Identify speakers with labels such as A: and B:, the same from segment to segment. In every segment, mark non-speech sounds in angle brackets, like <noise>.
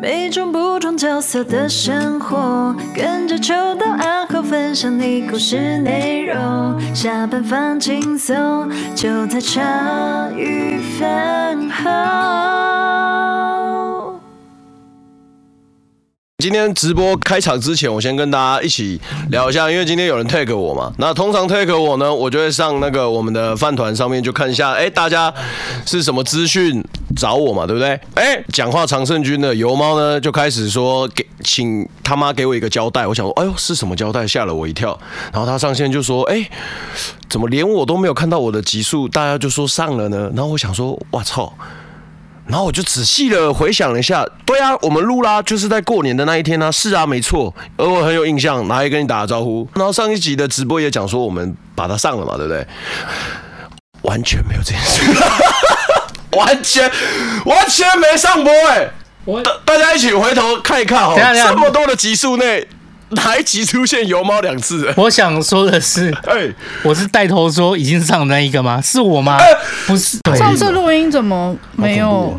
A: 每种不同角色的生活，跟着秋到暗号分享你故事内容。下班放轻松，就在茶余饭后。
B: 今天直播开场之前，我先跟大家一起聊一下，因为今天有人 tag 我嘛。那通常 tag 我呢，我就会上那个我们的饭团上面就看一下，哎、大家是什么资讯找我嘛，对不对？哎、讲话常胜军的油猫呢，就开始说给，请他妈给我一个交代。我想说，哎呦，是什么交代？吓了我一跳。然后他上线就说，哎、怎么连我都没有看到我的集数，大家就说上了呢？然后我想说，哇操！然后我就仔细的回想了一下，对啊，我们录啦，就是在过年的那一天啊，是啊，没错，而我很有印象，然后也跟你打了招呼。然后上一集的直播也讲说我们把它上了嘛，对不对？完全没有这件事， <laughs> 完全完全没上播哎、
C: 我
B: 大大家一起回头看一看哦，
C: 等一下等一下
B: 这么多的集数内，哪一集出现油猫两次？ <laughs>
C: 我想说的是，
B: 哎，
C: 我是带头说已经上的那一个吗？是我
B: 呃
C: 吗？不是，
B: 哎
D: 上次录音怎么
B: 哦
D: 没有？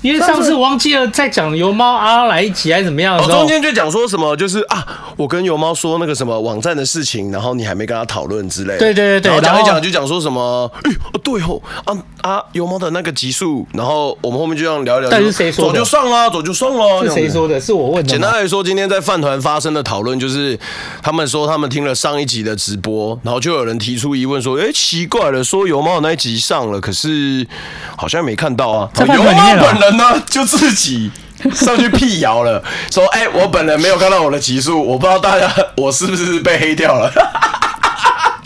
C: 因为上次我忘记了在讲油猫阿来一起还是怎么样的
B: 我
C: 时候
B: 哦中，间就讲说什么，就是啊，我跟油猫说那个什么网站的事情，然后你还没跟他讨论之类的。
C: 对对对对
B: 然后讲一
C: 然后
B: 讲就讲说什么，哎、哦对哦，啊啊，油猫的那个集数，然后我们后面就这样聊一聊。
C: 但是谁说的
B: 走就上啦，走就上啦。
C: 是
B: 这样
C: 谁
B: 子
C: 说的？是我问的
B: 简
C: 吗。
B: 单来说，今天在饭团发生的讨论就是，他们说他们听了上一集的直播，然后就有人提出疑问说：“哎、奇怪了，说油猫那一集上了，可是好像没看到啊。”
C: 在饭
B: 油
C: 团里面
B: 猫
C: 啊
B: 本人呢，就自己上去辟谣了，说：“哎、我本人没有看到我的集数，我不知道大家我是不是被黑掉
C: <laughs>
B: 了。”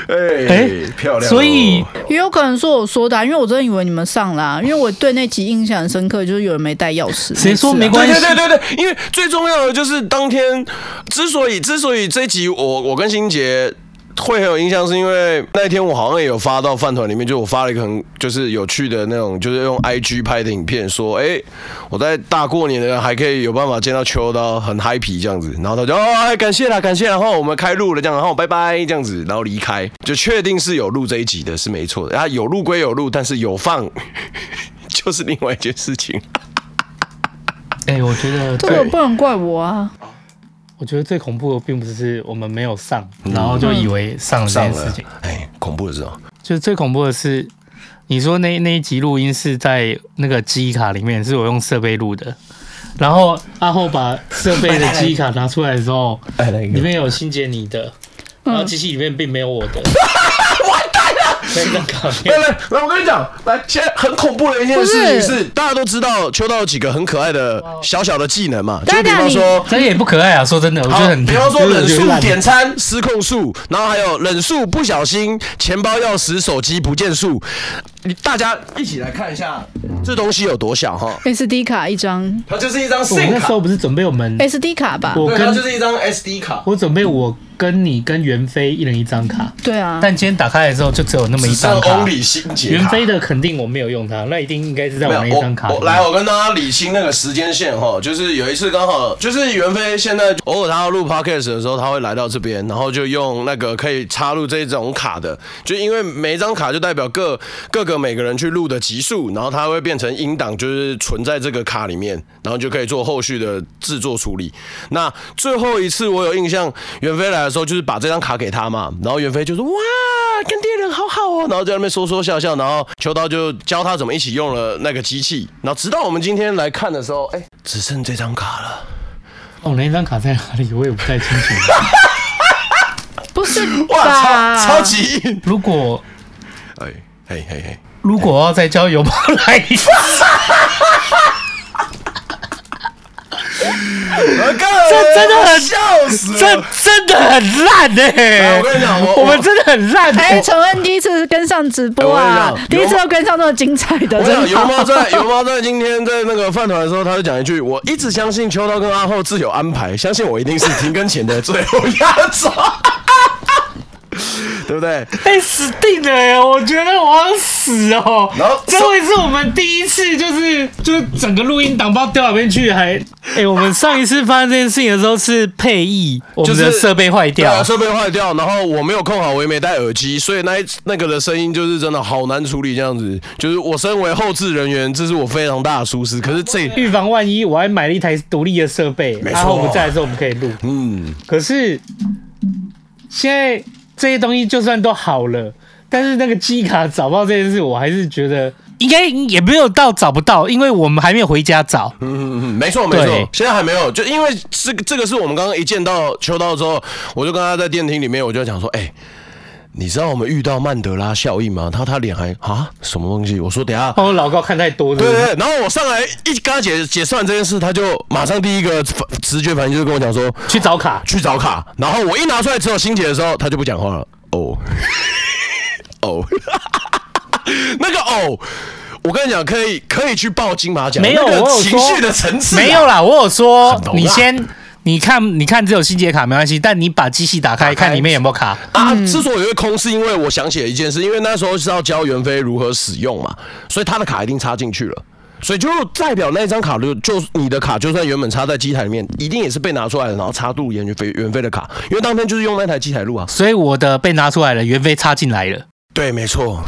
B: 哎、漂亮哦、
C: 所以
D: 也有可能是我说的、啊，因为我真的以为你们上啦、因为我对那集印象很深刻，就是有人没带钥匙。
C: 谁说
D: 那次啊
C: 哦没关系
B: 对对对对对，因为最重要的就是当天，之所以之所以这一集我我跟新杰。会很有印象，是因为那一天我好像也有发到饭团里面，就我发了一个很就是有趣的那种，就是用 IG 拍的影片，说，哎、我在大过年的还可以有办法见到秋刀，很 happy 这样子，然后他就哦，哎感谢啦，感谢啦，然后我们开录了这样，然后拜拜这样子，然后离开，就确定是有录这一集的，是没错的，啊，有录归有录，但是有放 <laughs> 就是另外一件事情。
C: 哎、我觉得
D: 这个不能怪我啊，
C: 我觉得最恐怖的并不是我们没有上，然后就以为上了这
B: 嗯上
C: 件
B: 了
C: 事情，，
B: 哎，恐怖的是哦，
C: 就是最恐怖的是，你说那那一集录音是在那个记忆卡里面，是我用设备录的。然后阿后把设备的记忆卡拿出来的时 <laughs> 候，里面有新杰你的，然后机器里面并没有我的。 <laughs> 完蛋了！真的搞
B: 来来来，我跟你讲，来，现在很恐怖的一件事情是，大家都知道秋刀有几个很可爱的小小的技能嘛，就比方说。
C: <laughs> 这也不可爱啊！说真的，我觉
B: 好
C: 得很，
B: 比方说
C: 就是
B: 冷
C: 觉得
B: 数
C: 烂
B: 点餐失控数，然后还有冷数不小心钱包、钥匙、手机不见数，你大家一起来看一下这东西有多小哈，
D: SD 卡一张
B: 它就是一张
C: 哦我
B: SIM
C: 那时
B: 卡，
C: 候不是准备我们，
D: ，SD 卡吧？
C: 我
B: 对，它
C: 跟
B: 就是一张 SD 卡，
C: 我准备我跟你跟袁飞一人一张卡，
D: 对啊，
C: 但今天打开的时候嗯就只有那么
B: 只
C: 一
B: 剩
C: 张卡。
B: only 心结
C: 袁
B: 卡。
C: 飞的肯定我没有用它，那一定应该是在我那
B: 没
C: 一
B: 有，
C: 张卡里
B: 我
C: 面。
B: 我来，我跟大家理清那个时间线哈，就是有一次刚好就是袁飞现在偶尔他要录 podcast 的时候，他会来到这边，然后就用那个可以插入这种卡的，就因为每一张卡就代表各各个每个人去录的集数，然后它会变成音档，就是存在这个卡里面，然后就可以做后续的制作处理。那最后一次我有印象，袁飞来的时候就是把这张卡给他嘛，然后袁飞就说哇，干爹人好好哦，然后在那边说说笑笑，然后秋刀就教他怎么一起用了那个机器，然后直到我们今天来看的时候，哎，只剩这张卡了。
C: 哦，那一张卡在哪里？我也不太清 <laughs> 楚。
D: 不是
B: 哇，
D: 吧？
B: 超超级硬！
C: 如果
B: 哎，嘿嘿嘿，
C: 如果我要再交油包 <laughs> 来一次，
B: 这真
C: 真的很
B: 笑死
C: 这
B: 了。
C: 真的很烂呢、
B: 哎我跟你讲我我
C: 我们真的很烂、欸
D: 哎，陈恩第一次跟上直播
B: 哎
D: 啊
B: 我跟你讲，
D: 第一次要跟上这么精彩的，
B: 我
D: 真
B: 想油
D: 的
B: 猫在 <laughs> 油猫在今天在那个饭团的时候，他就讲一句：“我一直相信秋刀跟阿后自有安排，相信我一定是停更前的最后压轴。” <laughs> 对不对？
C: 哎、死定了哎！我觉得我要死哦。
B: 然后
C: 这会是我们第一次，就是就是整个录音档包掉哪边去还，哎、我们上一次发生这件事情的时候是配译，我们的设备坏
B: 对
C: 掉，
B: 啊设备坏掉，然后我没有控好，我也没戴耳机，所以那一那个的声音就是真的好难处理，这样子。就是我身为后置人员，这是我非常大的疏失。可是这，
C: 预防万一，我还买了一台独立的设备，
B: 没错
C: 然后不在的时候我们可以录。
B: 嗯，
C: 可是现在这些东西就算都好了，但是那个记忆卡找不到这件事，我还是觉得应该也没有到找不到，因为我们还没有回家找。
B: 嗯，没错没
C: 对
B: 错，现在还没有，就因为这个这个是我们刚刚一见到秋刀之后，我就跟他在电梯里面，我就讲说，哎、你知道我们遇到曼德拉效应吗？他他脸还啊什么东西？我说等一下，
C: 哦，老高看太多了。
B: 对对对，然后我上来一跟他解解释完这件事，他就马上第一个反直觉反应就是跟我讲说
C: 去找卡，
B: 去找卡，然后我一拿出来只有心结的时候，他就不讲话了。哦， <laughs> 哦， <laughs> 那个哦，我跟你讲，可以可以去报金马奖，
C: 没有，
B: 那
C: 我
B: 个
C: 有
B: 情
C: 说
B: 绪的层次、啊
C: 没有。啦，我有说
B: 很浓啊
C: 你先。你看，你看，只有新杰卡没关系，但你把机器打开，看里面有没有 <laughs> 卡。
B: 啊，之所以会空，是因为我想起了一件事，因为那时候是要教袁飞如何使用嘛，所以他的卡一定插进去了，所以就代表那张卡就就你的卡，就算原本插在机台里面，一定也是被拿出来的，然后插入袁飞袁飞的卡，因为当天就是用那台机台录啊。
C: 所以我的被拿出来了，袁飞插进来了，
B: 对，没错，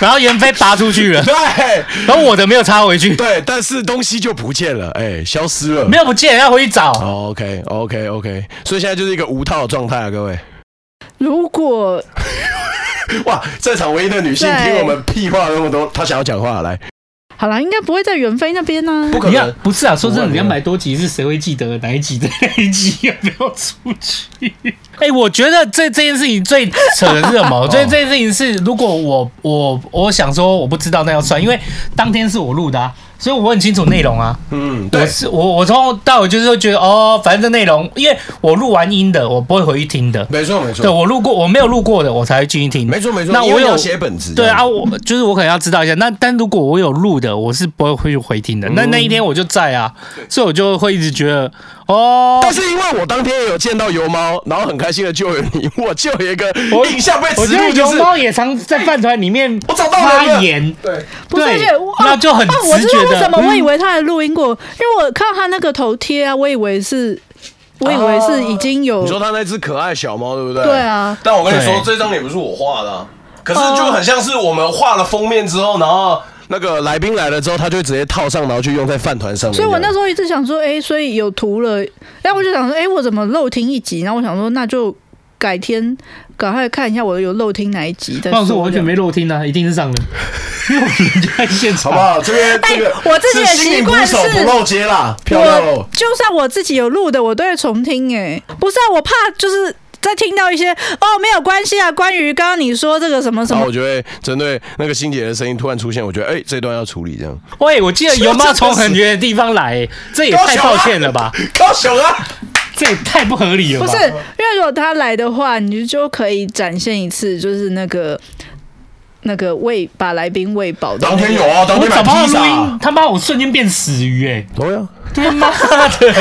C: 然后袁飞拔出去了，
B: 对
C: 然后我的没有插回去， <laughs>
B: 对，但是东西就不见了，哎、消失了。
C: 没有不见，要回去找。
B: 哦，OK OK OK，所以现在就是一个无套的状态啊，各位。
D: 如果
B: 哇，在场唯一的女性
D: 对
B: 听我们屁话那么多，她想要讲话来，
D: 好啦，应该不会在袁飞那边呢、
B: 不可
C: 你看
B: 能，。
C: 不是啊，说真的，
B: 不会
C: 两
B: 不
C: 百
B: 会
C: 多集是谁会记得哪一集的哪一 <laughs> 集有没有出去？哎、我觉得这这件事情最扯的是什 <laughs> 么？最这件事情是，如果我我我想说我不知道那要算，因为当天是我录的、啊，所以我很清楚内容啊。
B: 嗯，
C: 我
B: 对，
C: 是我我从头到尾就是会觉得哦，反正这内容，因为我录完音的，我不会回去听的。
B: 没错没
C: 对
B: 错，
C: 我录过，我没有录过的，我才会进去听。
B: 没错没错。
C: 嗯那
B: 因
C: 我
B: 为你
C: 有
B: 要写本子，
C: 对啊，，我就是我可能要知道一下。那但如果我有录的，我是不会会去回听的。那
B: 嗯
C: 那一天我就在啊，所以我就会一直觉得哦，
B: 但是因为我当天也有见到油猫，然后很开心的救援你，我就有一个
C: 我
B: 印象被
C: 我
B: 植
C: 觉得
B: 入，就
C: 熊
B: 是
C: 猫也常在饭团里面
B: 我找到人了
C: 发言，
B: 对，
D: 不是，
C: 对
D: 而且我
C: 那就很
D: 啊我知
C: 直觉
D: 道
C: 的
D: 为什么，我
C: 嗯
D: 以为他还录音过，因为我看到他那个头贴啊，我以为是，我以为
C: 哦
D: 是已经有
B: 你说它那只可爱小猫对不对？
D: 对啊
B: 但我跟你说
C: 对，
B: 这张脸不是我画的啊、可是就很像是我们画了封面之后，然后那个来宾来了之后，他就直接套上，然后去用在饭团上面这
D: 所以
B: 样。
D: 我那时候一直想说，哎、所以有图了，然后我就想说，哎、我怎么漏听一集？然后我想说，那就改天赶快看一下我有漏听哪一集。但
C: 不然我说我完全没漏听啊，一定是上的，因为我人就在现
B: <laughs>
C: 场
B: 好不。好？这边
D: 哎
B: 这个
D: 我自己的
B: 是心灵
D: 习惯
B: 捕手
D: 是
B: 不漏接啦，漂亮
D: 我
B: 哦。
D: 就算我自己有录的，我都会重听、哎，不是啊，我怕就是。在听到一些哦，没有关系啊，关于刚刚你说这个什么什
B: 然
D: 么
B: 后我就会针对那个欣姐的声音突然出现，我觉得哎、这段要处理这样。
C: 喂，我记得油妈从很远的地方来、这也太抱歉了吧，
B: 高雄啊！
C: 这也太不合理了吧？
D: 不是，因为如果他来的话，你就可以展现一次，就是那个那个喂把来宾喂饱的
B: 当天有啊，当
C: 我
B: 天买
C: 找不到
B: 披萨
C: 录
B: 啊
C: 音，。他妈我瞬间变死
B: <laughs>
C: 鱼哎、
B: 对啊，
C: 他妈的，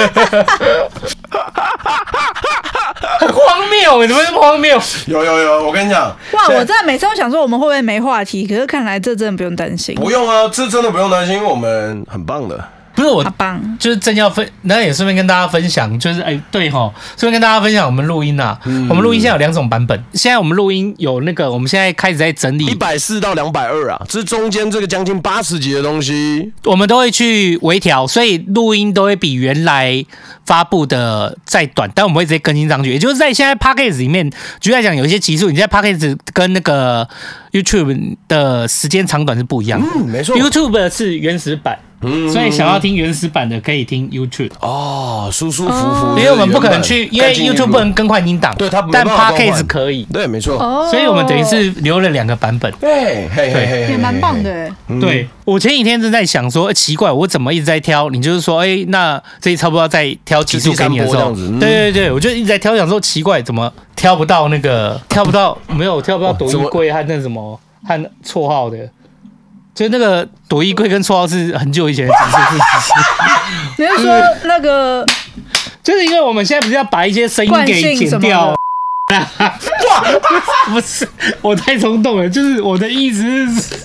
C: 很荒谬，欸怎么这么荒谬？
B: 有有有，我跟你讲，
D: 哇！
B: 现在
D: 我真的每次都想说我们会不会没话题，可是看来这真的不用担心，
B: 不用啊，这真的不用担心，我们很棒的。
C: 不是我
D: 好，棒！
C: 就是正要分，那也顺便跟大家分享，就是哎、对吼，顺便跟大家分享我们录音啊，
B: 嗯
C: 我们录音现在有两种版本，现在我们录音有那个，我们现在开始在整
B: 一
C: 理，
B: 百四到两百二啊，这中间这个将近八十集的东西，
C: 我们都会去微调，所以录音都会比原来发布的再短，但我们会直接更新上去。也就是在现在 p a c k a g e 里面，举例来讲，有一些集数你在 p a c k a g e 跟那个 YouTube 的时间长短是不一样的。
B: 嗯，没错。
C: YouTube 是原始版，
B: 嗯
C: 所以想要听原始版的可以听 YouTube，、
B: 哦，舒舒服服，
C: 因为我们不可能去，因为
B: 干净一
C: YouTube
B: 点
C: 不能更换音档，
B: 对它没
C: 但
B: 办
C: p
B: 法更
C: a c
B: 换
C: k a g e 可以，
B: 对，没错。
D: 哦，
C: 所以我们等于是留了两个版本。
B: 对，嘿嘿嘿，
D: 也蛮棒的、
B: 嘿。
D: 欸。
B: 嗯
C: 对，我前几天正在想说，欸奇怪，我怎么一直在挑？你就是说，哎、那这一差不多要再挑几
B: 就第
C: 组给
B: 三
C: 你的时
B: 波这
C: 候，
B: 样子嗯
C: 对对对，我就一直在挑，想说奇怪，怎么挑不到那
B: <laughs>
C: 个，挑不到，没有挑不到躲
B: 哦怎
C: 衣
B: 么
C: 柜和那什么和绰号的。就是那个躲衣柜跟绰号是很久以前的集数，是 <laughs>
D: 你
C: 啊
D: 是说那个
C: 就是因为我们现在不是要把一些声音
D: 惯
C: 给
D: 性
C: 剪
D: 什么
C: 掉啊
D: 的，
C: <laughs> 不是，我太冲动了，就是我的意思是，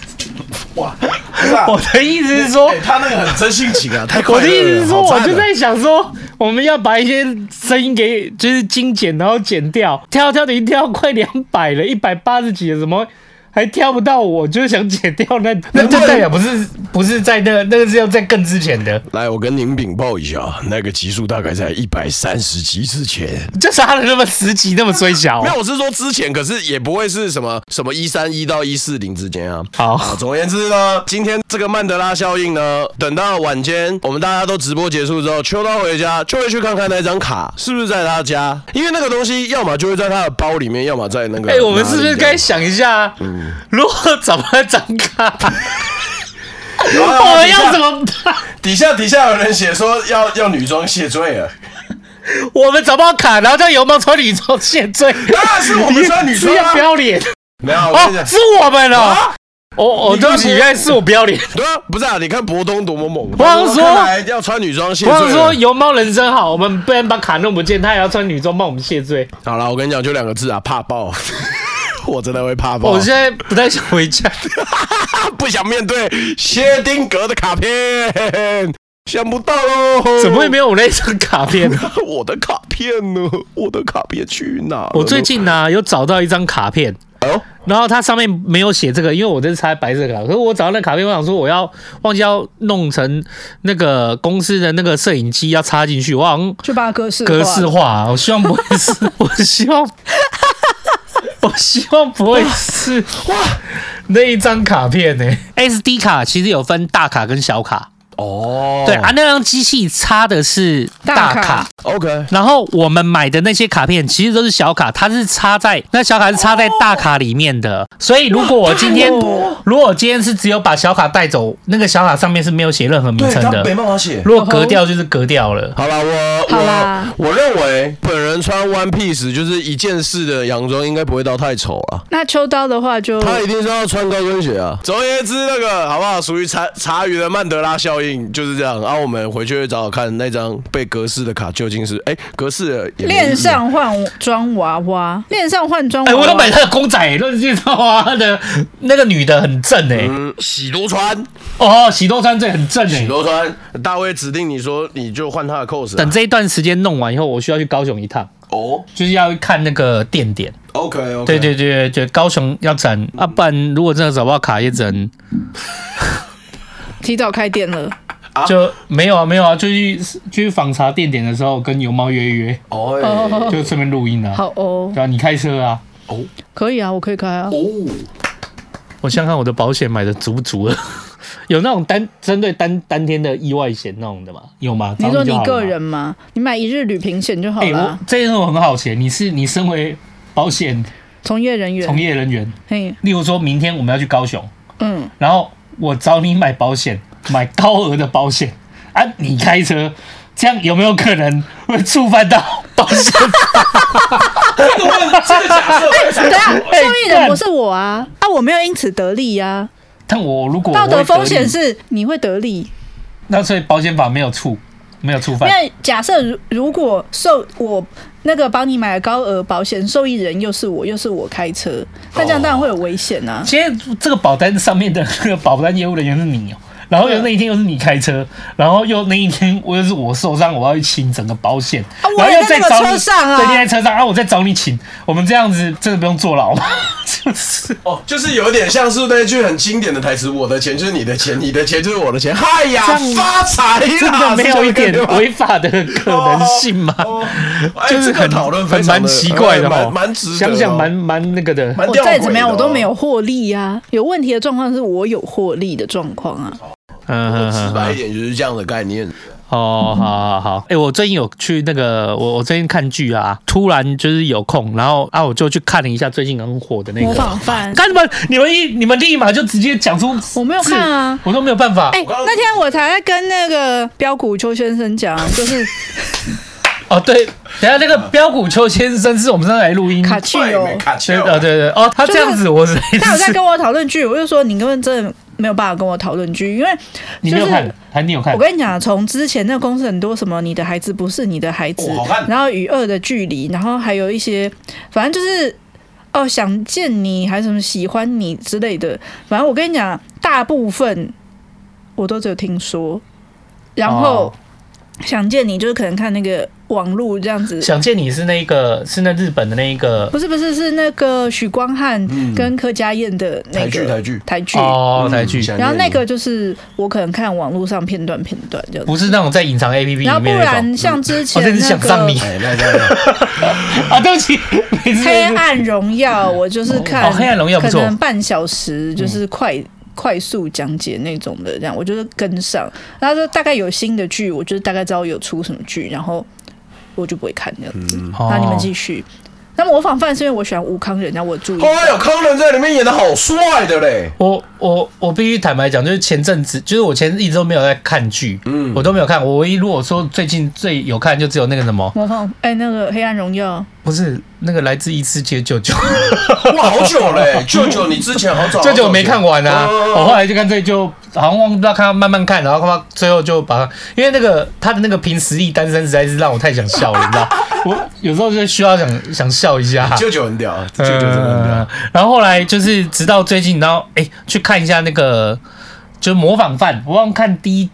C: <laughs>
B: 哇，不是啊
C: 我的意思是说
B: 哎，他那个很真性情 <laughs> 啊，太快
C: 我
B: 乐
C: 的
B: 了。
C: 意思是说，
B: 好赞
C: 我
B: 啊
C: 就在想说，我们要把一些声音给就是精简，然后剪掉，挑挑的已经挑到快两百了，一百八十几了，怎么还挑不到我？就是想剪掉 <laughs> 那那就代表不是不是在那个那个是要在更之前的，
B: 来，我跟您禀报一下，那个集数大概在一百三十集之前。
C: <laughs> 就差了那么十几，那么衰小
B: 没。有，我是说之前，可是也不会是什么什么一三一到一四零之间啊。
C: 好，
B: 总而言之呢，今天这个曼德拉效应呢，等到晚间我们大家都直播结束之后，秋刀回家就会去看看那张卡是不是在他家，因为那个东西要么就会在他的包里面，要么在那个……
C: 哎、我们是不是该想一下啊，如果怎么张 <laughs> 卡，
B: 然后
C: <laughs> 我们要怎么办？
B: 啊底下底下有人写说要要女装谢罪了，
C: 我们找不到卡，然后叫油猫穿女装谢罪，
B: 当然啊是我们穿女装
C: 是要
B: 啊
C: <laughs> 不，要脸？
B: 没有，我跟你
C: 哦，
B: 讲。
C: 是我们哦。
B: 啊
C: 哦哦，
B: 你
C: 对不起，
B: 刚说
C: 原来是我不要脸。
B: 对啊，不是啊，你看博东多么猛，
C: 我想
B: 博
C: 说
B: 东看来要穿女装谢
C: 我
B: 罪了。
C: 想说油猫人生好，我们不然把卡弄不见，他也要穿女装帮我们谢罪。
B: 好了，我跟你讲，就两个字啊，怕爆。 <laughs> 我真的会怕爆，
C: 我现在不太想回家。 <laughs>
B: 啊不想面对薛丁格的卡片，想不到喽，
C: 怎么会没有我那张卡片？
B: <laughs> 我的卡片呢？我的卡片去哪了呢？
C: 我最近呢、
B: 啊
C: 有找到一张卡片，
B: 哎呦，
C: 然后它上面没有写这个，因为我这是插白色卡。可是我找到那卡片，我想说我要忘记要弄成那个公司的那个摄影机要插进去，我好像
D: 就把它格式
C: 格式化。我希望不会是，我希望，我希望不会是哇那一张卡片呢、SD 卡其实有分大卡跟小卡，
B: 哦，
C: 对啊，那张机器插的是大
D: 大卡
B: ，OK，
C: 然后我们买的那些卡片其实都是小卡，它是插在那小卡是插在大卡里面的。所以如果我今天如果我今天是只有把小卡带走，那个小卡上面是没有写任何名称的。
B: 办法写。
C: 如果格调就是格调了。
B: 好了，我
D: 好啦
B: 我我认为本人穿 One Piece 就是一件式的洋装，应该不会到太丑了。
D: 那秋刀的话就
B: 他一定是要穿高跟鞋啊。嗯总而言之，那个好不好？属于茶茶余的曼德拉效应就是这样。然、后我们回去会找找看那张被格式的卡究竟是哎格式的也没意义
D: 恋上换装娃娃，恋上换装
C: 哎、
D: 娃娃。
C: 我有买他的公仔，论介绍啊的，那个女的很正哎、
B: 嗯喜多川，
C: 哦，喜多川这很正哎、
B: 嗯喜多川，大卫指定你说你就换他的 cos 啊、
C: 等这一段时间弄完以后，我需要去高雄一趟，
B: 哦
C: 就是要看那个店点。
B: ，OK OK，
C: 对对对对，高雄要整啊，不然如果真的找不到卡也整，
D: 提早开店了，
C: 就没有啊没有啊，就去就去访查店点的时候跟油猫约一约，
B: 哦
D: 哦
C: 就顺便录音啊。
D: 好哦
C: 对，啊，你开车啊。
D: 可以啊，我可以开啊。
C: 我想想看我的保险买的足不足了，有那种单针对单单天的意外险那种的吗？有吗？
D: 你
C: 找
D: 说
C: 就
D: 你
C: 好了
D: 个
C: 吗
D: 人嘛，你买一日旅平险就好
C: 哎、
D: 了
C: 我，这件事我很好奇，你是你身为保险
D: 从业人
C: 从
D: 员。
C: 业人员，
D: 嘿，
C: 例如说明天我们要去高雄，
D: 嗯，
C: 然后我找你买保险，买高额的保险啊，你开车，这样有没有可能会触犯到保
D: <laughs>
C: 险 <laughs> 法？<laughs>
D: 等一下，
C: 哎
D: 啊受益人不是我啊，啊，我没有因此得利呀、
C: 但我如果
D: 道德风险
C: 我会得利，
D: 是你会得利，
C: 那所以保险法没有触，没有触
D: 因
C: 犯。
D: 为假设如如果受我那个帮你买的高额保险，受益人又是我，又是我开车，那这样当然会有危险啊。
C: 今天这个保单上面的那个保单业务人员是你哦、然后又那一天又是你开
B: 嗯
C: 车，然后又那一天我又是我受伤，我要去请整个保险，
D: 啊我
C: 然后
D: 也
C: 又再
D: 在那个
C: 找你，
D: 车上啊
C: 对，你在车上，然、啊、后我再找你请，我们这样子真的不用坐牢吗？
B: <laughs>
C: 就是
B: 哦，就是有点像是那句很经典的台词：“我的钱就是你的钱，你的钱就是我的钱。”嗨呀
C: 这样，
B: 发财啦！
C: 真的没有一点
B: 是这样的吗
C: 违法的可能性吗？
B: 哦
C: <laughs>
B: 哎
C: 就是
B: 这个
C: 很
B: 讨论非
C: 很
B: 常
C: 蛮
B: 的
C: 奇怪的
B: 哎
C: 哦
B: 蛮，蛮值得的哦
C: 想想蛮蛮那个的。
B: 蛮
D: 我
B: 吊诡的哦
D: 再怎么样，我都没有获利啊。有问题的状况是我有获利的状况啊。
C: 嗯嗯
B: <laughs> 直
C: 嗯
B: 白一
C: 嗯
B: 点就是这样的概念。
C: 哦，好好好，哎、我最近有去那个，我我最近看剧啊，突然就是有空，然后啊，我就去看了一下最近很火的那
D: 模
C: 个。
D: 仿犯，
C: 看你们，你们一你们立马就直接讲出，
D: 我没有看啊。
C: 我都没有办法。
D: 哎、
B: 刚刚
D: 那天我才在跟那个标股邱先
C: <laughs>
D: 生讲，就是
C: 哦，对，等一下那个标股邱先生是我们上次来录音，
D: 卡去
B: 对
D: 哦。
B: 没卡啊
C: 对
B: 丘
C: 哦对对哦，他这样子我是
D: 他有在跟我讨论剧，我就说你根本真的没有办法跟我讨论剧，因为
C: 你没有看，还你有看
D: 我？跟你讲，从之前那个公司很多什么“你的孩子不是你的孩子
B: 哦好看”，
D: 然后与恶的距离，然后还有一些，反正就是哦，想见你还是什么喜欢你之类的。反正我跟你讲，大部分我都只有听说，然后、
C: 哦
D: 想见你就是可能看那个网络这样子。
C: 哦想见你是那个是那日本的那一个
D: 不是不是是那个许光汉
C: 嗯
D: 跟柯佳燕的那
B: 台剧
D: 个
B: 台剧嗯
D: 台剧，
C: 哦台剧，
B: 想
D: 然后
B: 念
D: 那
B: 你
D: 个就是我可能看网络上片段片段这样子，
C: 不是那种在隐藏 APP
D: 然后
C: 哦里
D: 不
C: 面那种
D: 然像之
C: 我
D: 前
C: 真是
D: 那
C: 想上
D: 个
C: 你
B: 哎，那那
C: 啊！对不起，每次
D: 《黑暗荣耀》，我就是看
C: 哦黑暗荣耀不
D: 可
C: 错嗯
D: 能半小时就是快。快速讲解那种的，这样我就是跟上。然后就大概有新的剧，我就是大概知道有出什么剧，然后我就不会看这样
C: 嗯
D: 子。
C: 哦
D: 那、啊你们继续。那模仿犯是因为我喜欢吴康仁，然后我
C: 哦
D: 注
B: <laughs>
D: 意。
B: 哎呦，康仁在里面演的好帅的嘞，
C: 我我我必须坦白讲，就是前阵子，就是我前一直都没有在看剧，
B: 嗯
C: 我都没有看。我唯一如果说最近最有看，就只有那个什么，
D: 模仿哎、那个《黑暗荣耀》
C: 不是那个来自异世界
B: <laughs>
C: 舅舅，
B: 哇，好久 <laughs> 嘞，舅 <laughs> 舅你之前好早，
C: 舅舅我没看完啊。
B: 哦
C: 我后来就干脆就好像忘不知道看，慢慢看，然后他最后就把它，因为那个他的那个凭实力单身实在是让我太想笑了，你知道，我有时候就需要想想笑一下。
B: 舅舅很屌，舅舅真的很屌，
C: 嗯然后后来就是直到最近，然后哎、去看一下那个就是模仿犯，我忘了看第一。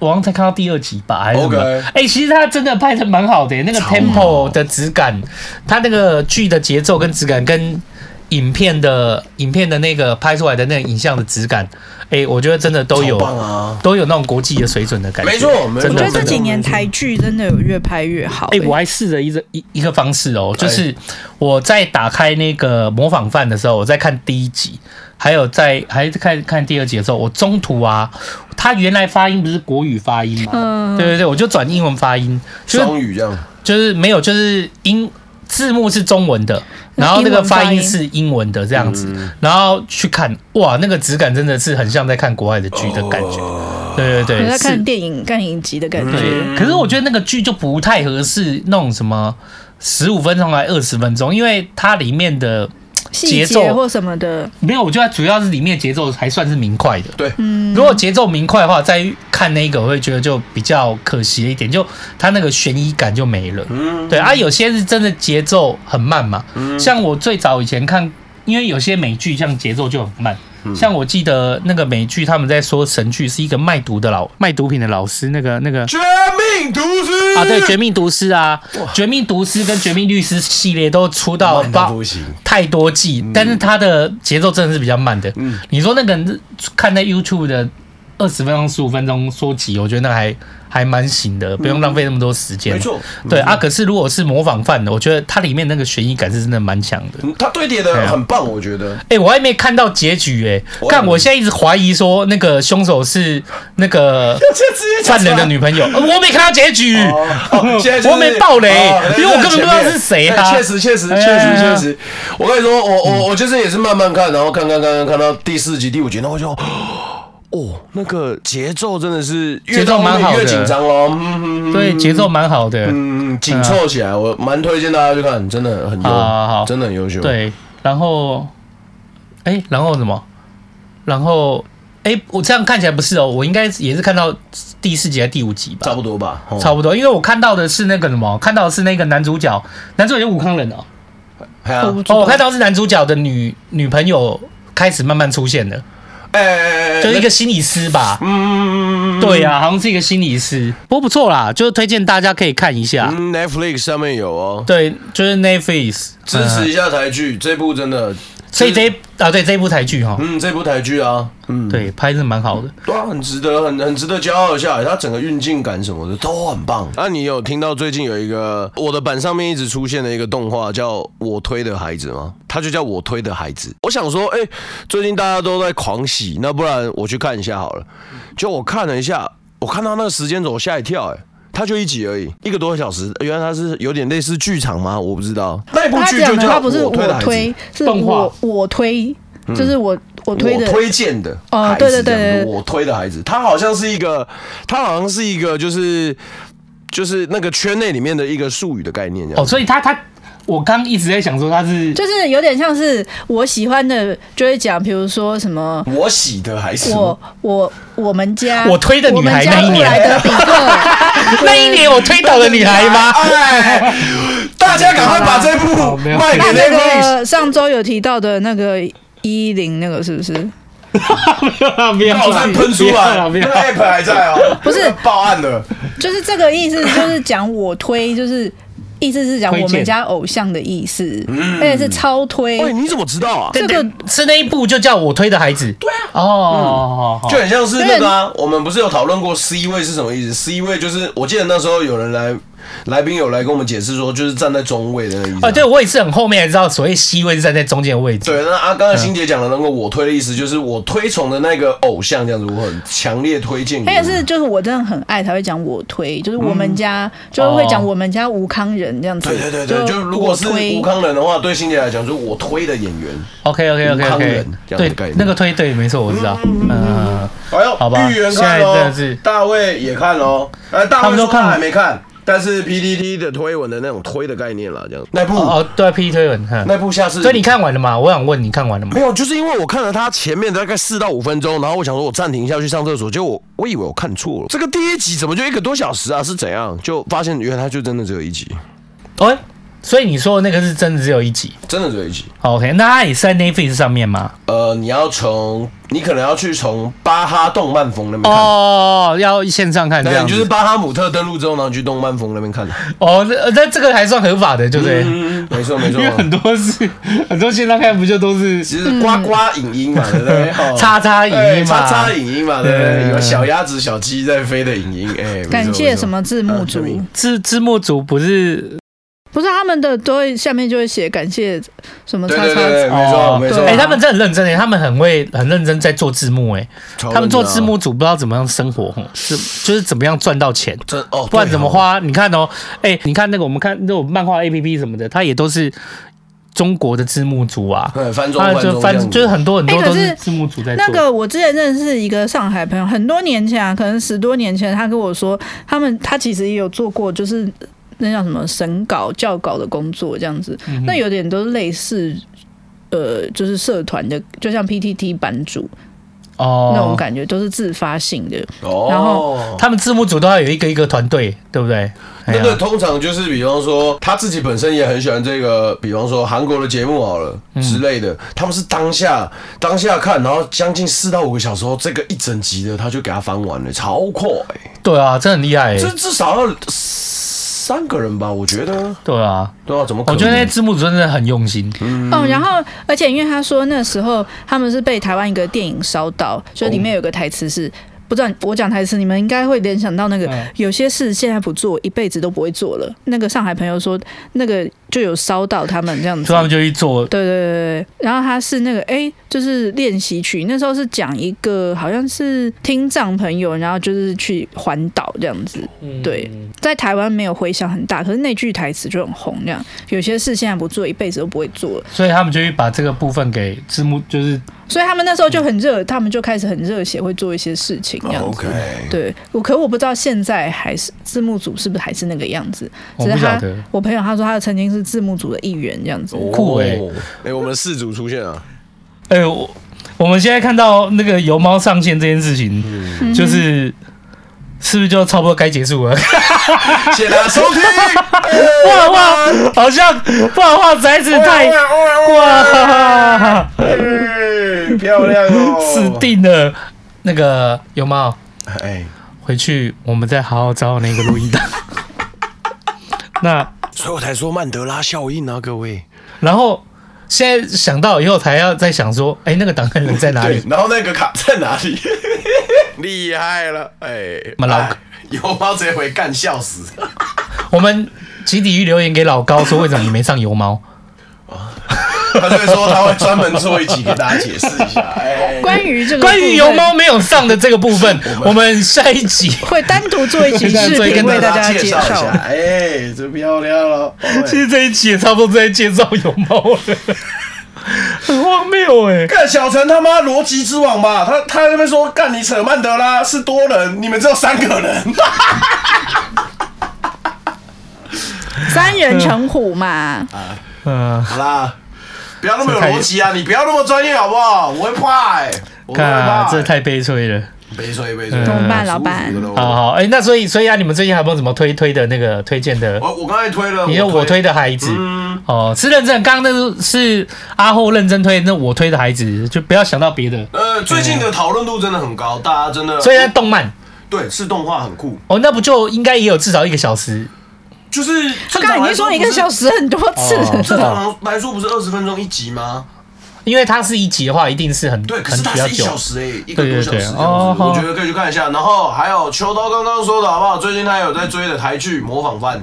C: 我好像才看到第二集吧，还是什么的？
B: OK
C: 哎、其实他真的拍的蛮好的、那个 tempo 的质感，他那个剧的节奏跟质感，跟影片的影片的那个拍出来的那个影像的质感，哎、我觉得真的都有、
B: 好棒啊！
C: 都有那种国际的水准的感觉。
B: 没错没错
C: 真
D: 我
C: 的
B: 对
C: 真
D: 觉得这
C: 的
D: 几年台剧真的有越拍越好、
C: 哎、
D: 哎
C: 我还试了一个一一个方式哦，就是我在打开那个模仿犯的时候，我在看第一集，还有在还在看看第二集的时候，我中途啊，他原来发音不是国语发音嘛，
D: 嗯
C: 对对对，我就转英文发音，就是
B: 双语这样，
C: 就是没有，就是英字幕是中文的，然后那个发音是英文的这样子，然后去看哇，那个质感真的是很像在看国外的剧的感觉，对对对，
D: 我在
C: 是
D: 看电影、看影集的感觉。
C: 对，可是我觉得那个剧就不太合适那种什么十五分钟还二十分钟，因为它里面的
D: 细
C: 节
D: 节
C: 奏
D: 或什么的，
C: 没有，我觉得主要是里面节奏还算是明快
D: 嗯
C: 的。
B: 对，
C: 如果节奏明快的话，再看那个我会觉得就比较可惜了一点，就它那个悬疑感就没了。
B: 嗯，
C: 对啊，有些是真的节奏很慢嘛，像我最早以前看，因为有些美剧像节奏就很慢。像我记得那个美剧，他们在说神剧是一个卖毒的老卖毒品的老师，那个那个
B: 绝命毒师
C: 啊，对，《绝命毒师》啊，《绝命毒师》跟《绝命律师》系列都出到
B: 慢到
C: 八
B: 不行
C: 太多季，但是它的节奏真的是比较慢的。
B: 嗯
C: 你说那个人看在 YouTube 的二十分钟、十五分钟缩集，我觉得那还还蛮行的，不用浪费那么多时间。
B: 没错，嗯
C: 对啊，可是如果是模仿犯的，我觉得它里面那个悬疑感是真的蛮强的。
B: 嗯他对叠的很棒，我觉 <laughs> 得。
C: 哎、我还没看到结局哎、
B: 我
C: 看我现在一直怀疑说那个凶手是
B: <laughs>
C: 那个
B: 这直接讲
C: 犯人的女朋友，呃我没看到结局。
B: 哦，现在就是
C: 我没爆雷
B: 哦
C: 因为我根本不知道是谁啊
B: 哎确实，确实，确
C: 哎
B: 实，确实。我跟你说，我我我就是也是慢慢看，然后看看看看看到第四集、第五集，然后我就。哦，那个节奏真的是越
C: 节奏
B: 到后
C: 蛮
B: 面
C: 好的
B: 越紧张哦，嗯嗯嗯
C: 对，节奏蛮好的。
B: 嗯紧凑起来，我蛮推荐大家去看，真的很优
C: 好好好，
B: 真的很优秀。，
C: 对，然后，哎、然后什么？然后，哎、我这样看起来不是哦，我应该也是看到第四集还是第五集吧，
B: 差不多吧，哦
C: 差不多，因为我看到的是那个什么，看到的是那个男主角，男主角就武康人哦，
B: 哎呀
D: 我不知
C: 哦，
D: 道
C: 我看到是男主角的女女朋友开始慢慢出现了，
B: 哎哎哎哎，
C: 就是一个心理师吧，
B: 嗯
C: 对呀、好像是一个心理师，不过不错啦，就是推荐大家可以看一下，
B: 嗯，Netflix 上面有哦，
C: 对，就是 Netflix
B: 支持
C: 嗯
B: 一下台剧，这部真的，
C: 所以这一啊对这一部台剧哈、
B: 嗯，这部台剧啊，嗯，
C: 对，拍的蛮好的。
B: 对啊，很值得，很很值得骄傲一下。它整个运镜感什么的都很棒。那、啊你有听到最近有一个我的版上面一直出现的一个动画叫“我推的孩子”吗？它就叫“我推的孩子”。我想说，哎、最近大家都在狂喜，那不然我去看一下好了。就我看了一下，我看到那个时间轴，我吓一跳、哎。它就一集而已，一个多小时。原来它是有点类似剧场吗？我不知道。那部
D: 他
B: 剧就
D: 讲的
B: 叫“
D: 他
B: 我
D: 不是
B: 推的
D: 我
B: 孩子”，
D: 推，是
C: 动画嗯
D: 我我推，就是我我推
B: 我
D: 的。
B: 推荐的
D: 哦
B: 孩
D: 对
B: 子
D: 对
B: 这样
D: 对
B: 子我推的孩子，他好像是一个，他好像是一个，就是就是那个圈内里面的一个术语的概念这样
C: 哦，
B: 子。
C: 所以他他我刚一直在想说他是
D: 就是有点像是我喜欢的，就会讲，比如说什么。
B: 我洗的还是
D: 我我我们家
C: 我推的女孩那一年
D: 我们家布莱德
C: <laughs>
D: 比特
C: 那一年我推倒了你来吗？
B: 哎，大家赶快把这部
C: 好没有
B: 卖给
D: 那那
B: Netflix。
C: <laughs>
D: 个上周有提到的那个一零那个是不是？
C: <laughs> 没有啦，不
B: 那
C: 要
B: 我再喷出啊
C: 不要
B: 来，
C: 啦
B: 那
C: 不
B: 个
C: 要
B: app 还在哦，
D: 不是
B: 报案了，
D: 就是这个意思，就是讲我推，就是意思是讲
C: 推荐
D: 我们家偶像的意思，而且是超推。
B: 喂，你怎么知道啊？
D: 这个
C: 是那一部就叫我推的孩子。对啊，哦，
B: 就很像是那个啊，我们不是有讨论过 C 位是什么意思？C 位就是我记得那时候有人来，来宾有来跟我们解释说，就是站在中位的那个意思啊。
D: 哦
C: 啊，对我也是很后面才知道，所谓 C 位是站在中间的位置。
B: 对，那啊，
C: 嗯
B: 刚才欣姐讲的那个我推的意思，就是我推崇的那个偶像这样子，我很强烈推荐给
D: 而且
B: 你。
D: 是就是我真的很爱才会讲我
B: 嗯
D: 推，就是我们家、就是会讲我们家吴康仁这样子。
B: 对对对对，就是如果是
D: 我推
B: 吴康仁的话，对欣姐来讲，就是我推的演员。
C: OK OK OK
B: 武康
C: OK，
B: 人这样的概
C: 对
B: 念
C: 那个推对没错，我知道。嗯，
B: 哎呦，
C: 好吧
B: 预言
C: 现在
B: 看喽
C: 真的是
B: 大卫也看喽，哎，大
C: 他
B: 卫
C: 们都
B: 说
C: 看
B: 他
C: 了
B: 还没看，但是 PDD 的推文的那种推的概念啦，这样。那部
C: 哦，对，P 推文。哼
B: 那部下次
C: 所以你看完了吗？我想问你看完了吗
B: 没？有，就是因为我看了他前面大概四到五分钟，然后我想说我暂停一下去上厕所，结果我我以为我看错了，这个第一集怎么就一个多小时啊？是怎样？就发现原来它就真的只有一集，
C: 哦，所以你说的那个是真的只有一集。
B: 真的只有一集。
C: 好 OK，那它也是在 Netflix 上面吗？
B: 呃，你要从你可能要去从巴哈动漫风那边看。
C: 哦，要线上看这
B: 对，
C: 样
B: 你
C: 子。
B: 就是巴哈姆特登陆之后，然后你去动漫风那边看。
C: 哦，那那这个还算合法的，对不对？
B: 嗯，没错没
C: <laughs> 因
B: 错。
C: 为很多是很多线上看不就都是
B: 其实呱呱影音嘛，对不对？哦
C: 嗯叉叉影音嘛
B: 哎叉叉影音嘛，对不对？
C: 对
B: 有小鸭子、小鸡在飞的影音，哎，没错
D: 感
B: 没
D: 谢
B: 错
D: 什么字幕组，
B: 啊证明
C: 字字幕组不是？
D: 不是他们的都会下面就会写感谢什么
B: 对
D: 叉
B: 对
D: 叉
B: 对对，
D: 叉，
B: 没错
C: 哦
B: 没错。
D: 对啊
C: 哎、他们真的很认真哎，他们很会很认真在做字幕哎，
B: 超
C: 他们做
B: 认真啊
C: 字幕组不知道怎么样生活，吼是就是怎么样赚到钱，
B: 真哦，
C: 不然
B: 对
C: 怎么
B: 哦？
C: 花？你看哦，哎、你看那个我们看那种漫画 A P P 什么的，它也都是中国的字幕组啊，
B: 对，嗯翻中
C: 它
B: 翻
C: 就
B: 中
C: 翻就是很多很多
D: 哎可
C: 都
D: 是
C: 是字幕组在做。
D: 那个我之前认识一个上海朋友，很多年前啊，可能十多年前，他跟我说，他们他其实也有做过，就是那叫什么审稿、校稿的工作这样子，
C: 嗯
D: 那有点都类似。呃，就是社团的，就像 PTT 版主
C: 哦
D: 那种感觉，都是自发性的。
B: 哦，
D: 然
B: 后。
C: 他们字幕组都要有一个一个团队，对不对？哎
B: 那
C: 呀
B: 个通常就是，比方说他自己本身也很喜欢这个，比方说韩国的节目好了
C: 嗯
B: 之类的，他们是当下当下看，然后将近四到五个小时后，这个一整集的他就给他翻完了，超快、
C: 对啊，这很厉害、
B: 这
C: 欸。
B: 至少要三个人吧，我觉得，
C: 对啊，
B: 对啊，怎么可
C: 我
B: 能？
C: 觉得那些字幕组真的很用心。
D: 哦，然后而且因为他说那时候他们是被台湾一个电影烧到，所以里
C: 哦
D: 面有个台词是。不知道我讲台词，你们应该会联想到那个、
C: 嗯
D: 有些事现在不做，一辈子都不会做了。那个上海朋友说，那个就有烧到他们这样子
C: 所以。他们就去做
D: 对对对对，然后他是那个哎、就是练习曲，那时候是讲一个好像是听障朋友，然后就是去环岛这样子。
C: 嗯
D: 对，在台湾没有回响很大，可是那句台词就很红，这样有些事现在不做，一辈子都不会做了。
C: 所以他们就去把这个部分给字幕，就是
D: 所以他们那时候就很热，他们就开始很热血，会做一些事情这样
B: 哦啊
D: 子。
B: OK，
D: 对，我可我不知道现在还是字幕组是不是还是那个样子，
C: 哦我
D: 只
C: 不
D: 是
C: 晓
D: 他
C: 得。
D: 我朋友他说他曾经是字幕组的一员这样子。
C: 酷欸
B: 哦哎，我们四组出现啊，
C: 哎、我我们现在看到那个油猫上线这件事情，就是是不是就差不多该结束了？
B: <laughs> 谢谢大家收
C: <laughs>
B: 听。
C: 哇哇， <laughs> 好像哇哇，实在是
B: 哦
C: 太哇，
B: 哎漂亮哦，
C: 死定了！那个油猫
B: 哎，
C: 回去，我们再好好找那个录音档。 <laughs> 那
B: 所以我才说曼德拉效应啊，各位。
C: 然后现在想到以后，才要再想说，哎、那个档案人在哪里
B: 对，？然后那个卡在哪里？ <laughs> 厉害了，哎，
C: 妈老
B: 哎有猫直接回干笑死。
C: 我们集体留言给老高说，为什么你没上油猫？
B: 他就会说他会专门做一集给大家解释一下，哎，
D: 关于这个
C: 关于油
D: 部分
C: 猫没有上的这个部分，我们下一集
D: 会单独做一
B: <laughs>
D: 期视频为大家
B: 介
D: 介
B: 绍一下，
D: 绍。
B: 哎，这漂亮了。
C: <laughs> 其实这一集也差不多在介绍油猫了， <laughs> 很荒谬哎、
B: 干小陈他妈逻辑之王吧，他他在那边说干你扯曼德拉是
C: <laughs>
B: 多人，你们只有三个人，
D: 三人成虎嘛，
C: 嗯，
B: 好啦，不要那么有逻辑啊！你不要那么专业好不好？我会怕哎、我会
C: 看
B: 怕、
C: 啊，
B: 欸。
C: 这太悲催了。
B: 悲催悲催，
D: 怎么办
B: 舒
D: 老板
B: 服的咯
C: 好好，哎、那所以所以啊，你们最近还有没有什么推推的那个推荐的？
B: 我我刚才推了，
C: 你说我推的孩子、哦，是认真，刚刚那是阿后认真推，那我推的孩子就不要想到别的。
B: 呃，最近的讨论度真的很高，大家真的，哦
C: 所以那动漫
B: 对是动画很酷，
C: 哦，那不就应该也有至少一个小时？
B: 就是
D: 他刚刚已经说一个小
B: 时，
D: 时很多次
C: 哦
D: 了，
B: 正常来说不是二十分钟一集吗？
C: 因为它是一集的话，一定是很
B: 对，可
C: 很
B: 是它
C: 比较
B: 是一
C: 久
B: 小。时诶、一个多
C: 对对
B: 小时这
C: 对
B: 样子，
C: 哦
B: 我觉得可以去看一下。然后还有秋刀刚刚说的好不好？最近他有在追的台剧《模仿犯》，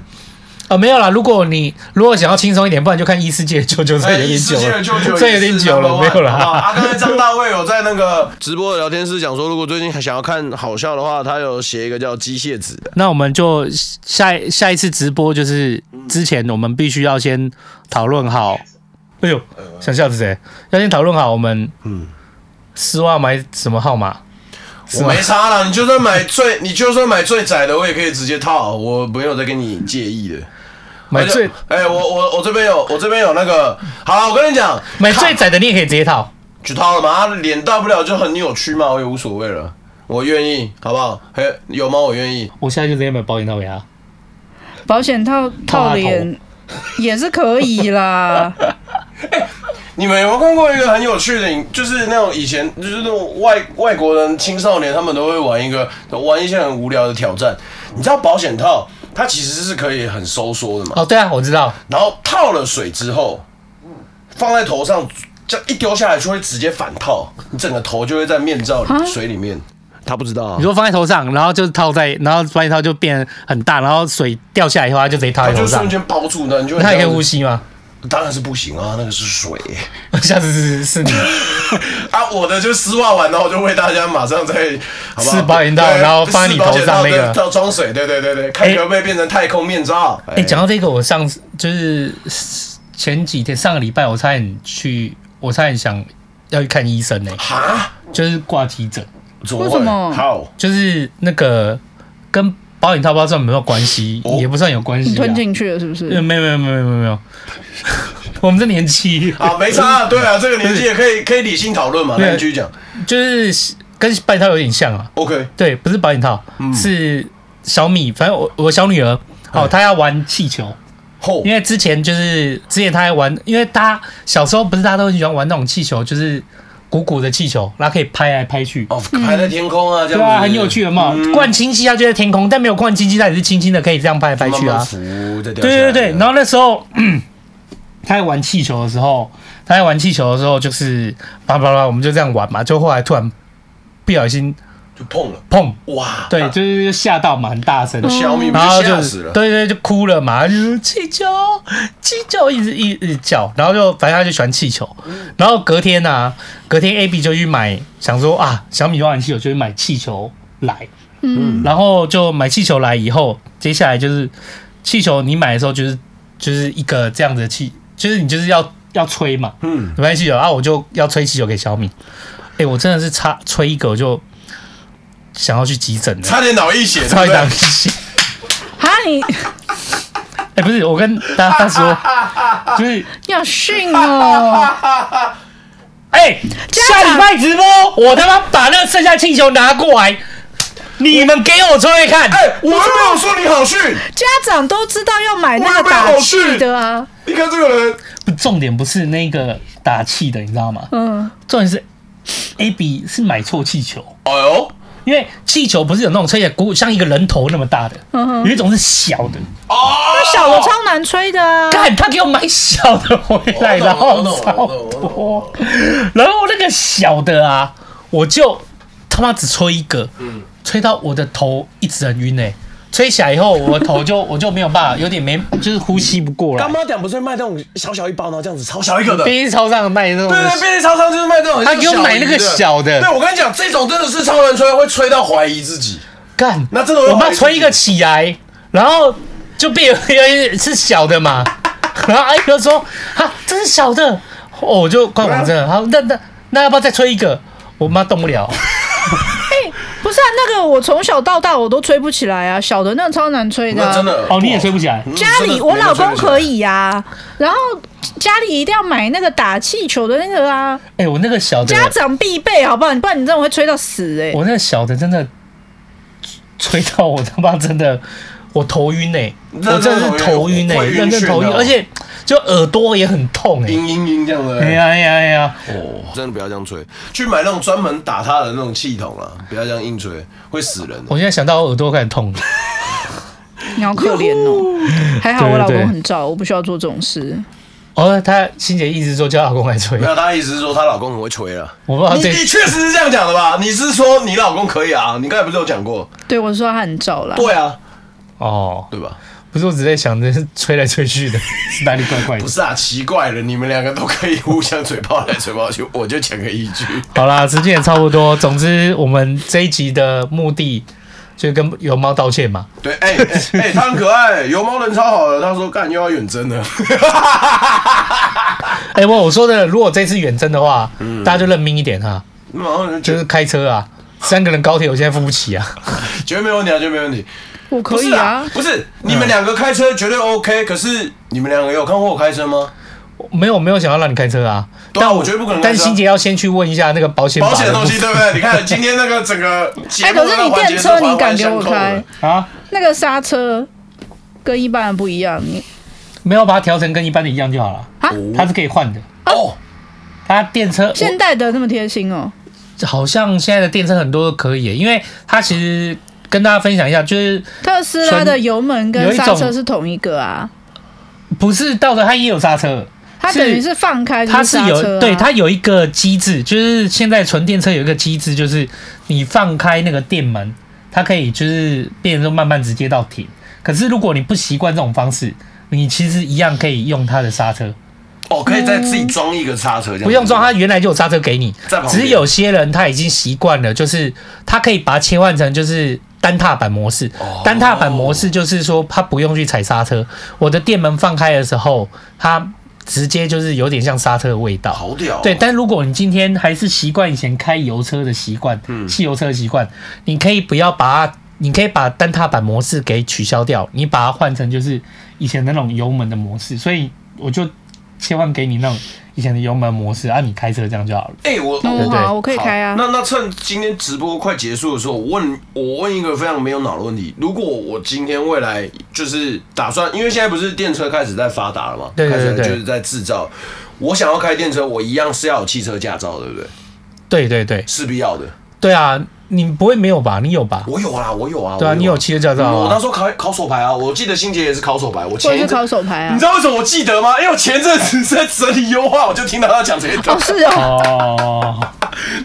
C: 哦，没有啦，如果你如果想要轻松一点，不然就看《异世界的舅舅》，这有点
B: 一
C: 久
B: 世界哎的舅
C: <laughs>
B: 舅
C: 了，这有点
B: <laughs>
C: 久了，没有啦。
B: 啊，刚才张大卫有在那个直播的聊天室讲说，如果最近想要看好笑的话，他有写一个叫《机械子》的。
C: <laughs> 那我们就下下一次直播，就是之前我们必须要先讨论好。哎呦，想笑死谁？要先讨论好我们
B: 嗯
C: 丝袜买什么号码？
B: 我没差啦，你就算买最， <laughs> 你就算买最窄的，我也可以直接套，啊我没有在跟你介意的。
C: 买最
B: 而且哎、我我我这边有，我这边有那个，好了，我跟你讲，
C: 买最窄的你也可以直接套。
B: 去套了嘛，啊脸大不了就很扭曲嘛，我也无所谓了，我愿意，好不好？嘿，有吗？我愿意。
C: 我现在就直接买保险套给他。
D: 保险套套脸也是可以啦。
C: <laughs> 啊
B: 你们有没有看过一个很有趣的影，就是那种以前就是那种外外国人青少年，他们都会玩一个玩一些很无聊的挑战。你知道保险套它其实是可以很收缩的嘛，
C: 哦，对啊，我知道。
B: 然后套了水之后，放在头上，这样一丢下来就会直接反套，你整个头就会在面罩
D: 啊
B: 里水里面。他不知道啊
C: 你，说放在头上，然后就套在，然后保险套就变很大，然后水掉下来以后，它就直接套
B: 他
C: 在
B: 就
C: 头上
B: 瞬。间包住，那你就
C: 那它也可以呼
B: 吸，
C: 吸吗？ <laughs>
B: 当然是不行啊，那个是水
C: 下次是是你
B: 哎啊。我的就丝袜完，然后我就为大家马上在好不好
C: 试保险套
B: 对
C: 然后放在你
B: 试保险
C: 头上
B: 套
C: 那个
B: 对套装水，对对对对，看
C: 哎
B: 可不可以变成太空面罩。
C: 哎、讲到这个，我上次就是前几天上个礼拜，我差点去，我差点想要去看医生呢、
B: 哈，
C: 就是挂急诊，
B: 怎么
D: 为
B: 会
D: 什么
B: 好，
C: 就是那个跟保险套不知道算有没有关系，
B: 哦
C: 也不算有关系、
D: 你
C: 啊。
D: 吞进去了是不是
C: 呃？没有没有没有没有没有， <laughs> 我们这年纪
B: 啊，没差啊，对啊，这个年纪也可以可以理性讨论嘛。
C: 对
B: 那你继续讲
C: 就是跟保险套有点像啊。
B: ，OK，
C: 对，不是保险套，是小米。反正我我小女儿哦，她要玩气球，
B: 后
C: 因为之前就是之前她还玩，因为她小时候不是大家都很喜欢玩那种气球，就是鼓鼓的气球，然后可以拍来拍去。
B: 哦，还在天空啊，这样
C: 对啊，
B: 子
C: 很有趣的嘛。灌氢气它就在天空，但没有灌氢气，它也是轻轻的，可以这样拍来拍去
B: 慢
C: 啊
B: 慢。浮再掉下来
C: 对对对，然后那时候 <clears throat> 他在玩气球的时候，他在玩气球的时候就是叭叭叭，我们就这样玩嘛，就后来突然不小心
B: 就碰了，
C: 砰，
B: 哇， <laughs>
C: 对，就是吓到嘛，很大声，
B: 小米被
C: 然后就
B: 吓死了。
C: 对对，就哭了嘛，就是气球，气球一直一直一直叫，然后就反正他就喜欢气球，
B: 嗯
C: 然后隔天啊，隔天 A B 就去买，想说啊，小米玩完气球就去买气球来，
D: 嗯，
C: 然后就买气球来以后，接下来就是气球你买的时候就是就是一个这样子的气，就是你就是要要吹嘛，
B: 嗯，
C: 你买气球啊，我就要吹气球给小米，哎、我真的是差吹一个我就想要去急诊了，
B: 差点脑溢血，
C: 差
B: 对不
C: 一
B: 对
C: 档血。
D: 啊，你 <laughs>
C: 哎、不是，我跟大家说，就是
D: 要
B: <laughs>
D: 训哦，
C: 哎、下礼拜直播，我他妈把那剩下气球拿过来，你们给我吹吹看。
B: 哎，我又没有说你好训，
D: 家长都知道要买那
B: 我也
D: 个
B: 没有
D: 打
B: 事
D: 气的啊，
B: 你看这个人，
C: 不，重点不是那个打气的，你知道吗？
D: 嗯，
B: 哦
C: 重点是 A B 是买错气球，
B: 哎呦，
C: 因为气球不是有那种吹起来鼓像一个人头那么大的，有一种是小的。
B: 哦，
D: 小的超难吹的啊，
C: 干，他给我买小的回来，
B: 我懂
C: 然后
B: 我懂
C: 超
B: 我懂
C: 多，然后那个小的啊，我就他妈只吹一个，吹到我的头一直很晕哎、吹起来以后，我的头就 <laughs> 我就没有办法，有点没就是呼吸不过来。
B: 妈讲不是卖那种小小一包，然后这样子超小一个的。对
C: 便利超上卖那种，
B: 对，便利超商就是卖这种很像
C: 他给我
B: 小
C: 买那个
B: 鱼的
C: 小的
B: 对，我跟你讲，这种真的是超人吹，会吹到怀疑自己。
C: 干，
B: 那这种有
C: 我妈
B: 怀疑自己
C: 吹一个起来，然后就变有点是小的嘛， <laughs> 然后阿姨就说啊，这是小的，哦，我就快完这，好，那那那要不要再吹一个？我妈动不了。
D: 不是啊，那个我从小到大我都吹不起来啊，小的那个超难吹的、啊。
B: 那真的嗯
C: 哦，你也吹不起来，
D: 家里我老公可，以呀、然后家里一定要买那个打气球的那个啊，
C: 哎，我那个小的，
D: 家长必备，好不好？你不然你这种会吹到死哎、
B: 哦
C: 我那个小的真的吹到我他妈真的。我头晕哎、我真的是头晕哎、认真头晕，而且就耳朵也很痛哎、
B: 嘤嘤嘤这样的。
C: 哎呀哎呀哎呀！
B: 哦，真的不要这样吹，去买那种专门打他的那种气筒啊，不要这样硬吹，会死人的。
C: 我现在想到我耳朵开始痛了。
D: 你好可怜哦。还好我老
C: 对对
D: 公很照，我不需要做这种事。
C: 哦，他欣姐一直说叫阿公来吹
B: 没，有，她意思是说她老公很会吹啊。
C: 我不知道
B: 你
C: 这
B: 你确实是这样讲的吧？你是说你老公可以啊？你刚才不是有讲过？
D: 对，我说他很照啦。
B: 对啊，
C: 哦，
B: 对吧？
C: 不是我只在想着是吹来吹去的， <laughs> 是哪里怪怪的
B: 不。是啊，奇怪了，你们两个都可以互相嘴炮来嘴炮去， <laughs> 我就讲个一句。
C: 好啦，时间也差不多。总之，我们这一集的目的就跟有猫道歉嘛。
B: 对，哎、哎哎、他很可爱，油猫人超好的。他说干又要远征了， <laughs>
C: 哎、我我说的，如果这次远征的话，大家就认命一点哈，
B: 然后就觉
C: 就是
B: 得
C: 开车啊，三个人高铁我现在付不起啊。
B: 绝对没问题啊，绝对没问题。
D: 我
B: 不
D: 可
B: 是
D: 以啊
B: 啦，，不是你们两个开车绝对 OK，可是你们两个有看过我开车吗？
C: 没有没有想要让你开车啊，
B: 对啊
C: 但
B: 我觉得不可能开
C: 但
B: 车啊
C: 欣姐要先去问一下那个保险法
B: 保险的东西
C: 部
B: 对不对？你看今天那个整个节
D: 哎
B: 目
D: 可是
B: 那
D: 你
B: 环节
D: 电
B: 是
D: 车
B: 环
D: 你
B: 环
D: 敢给
B: 相
D: 我
B: 扣的
D: 开
C: 分啊，
D: 那个刹车跟一般人不一样。你
C: 没有把它调成跟一般的一样就好了，
D: 啊，
C: 它是可以换的。
B: 哦？
C: 它电车我
D: 现代的那么贴心哦，
C: 好像现在的电车很多都可以耶，因为它其实跟大家分享一下，就是
D: 特斯拉的油门
C: 有
D: 跟
C: 一种
D: 刹车是同一个啊，
C: 不是倒着它也有刹车，
D: 它
C: 是
D: 等于是放开就
C: 它
D: 刹
C: 是有、
D: 车啊。
C: 对它有一个机制，就是现在纯电车有一个机制，就是你放开那个电门，它可以就是变成说慢慢直接到停。可是如果你不习惯这种方式，你其实一样可以用它的刹车，
B: 哦，可以再自己装一个刹车，这样
C: 不用装，它
B: 子
C: 原来就有刹车给你
B: 在。旁边
C: 只是有些人他已经习惯了，就是他可以把它切换成就是单踏板模式。
B: 哦
C: 单踏板模式就是说他不用去踩刹车，我的电门放开的时候，它直接就是有点像刹车的味道。
B: 好屌哦，
C: 对，但如果你今天还是习惯以前开油车的习惯，汽油车的习惯，你可以不要把它，你可以把单踏板模式给取消掉，你把它换成就是以前那种油门的模式，所以我就切换给你那种以前的油门模式，啊，你开车这样就好了。
B: 哎、我
D: 那
C: 对
D: 我
C: 对
D: 哦好，我可以开啊
B: 好。那那趁今天直播快结束的时候，我问我问一个非常没有脑的问题：如果我今天未来就是打算，因为现在不是电车开始在发达了嘛，
C: 对对对
B: 开
C: 对
B: 始就是在制造。我想要开电车，我一样是要有汽车驾照，对不对？
C: 对对对，
B: 是必要的。
C: 对啊，你不会没有吧？你有吧？
B: 我有啊，我有啊。
C: 对啊，
B: 我有
C: 你有汽车驾照
B: 我那
C: 啊
B: 时？候考考手牌啊，我记得新杰也是考手牌，我
D: 我
B: 前
D: 也
B: 一
D: 是
B: 阵
D: 考手牌
B: 你
D: 啊
B: 知。道为什么我记得吗？因为我前阵子在整理优化，我就听到他讲这些
D: 哦，
B: 东西，
D: 是
B: <laughs>
D: 哦，
C: 哦，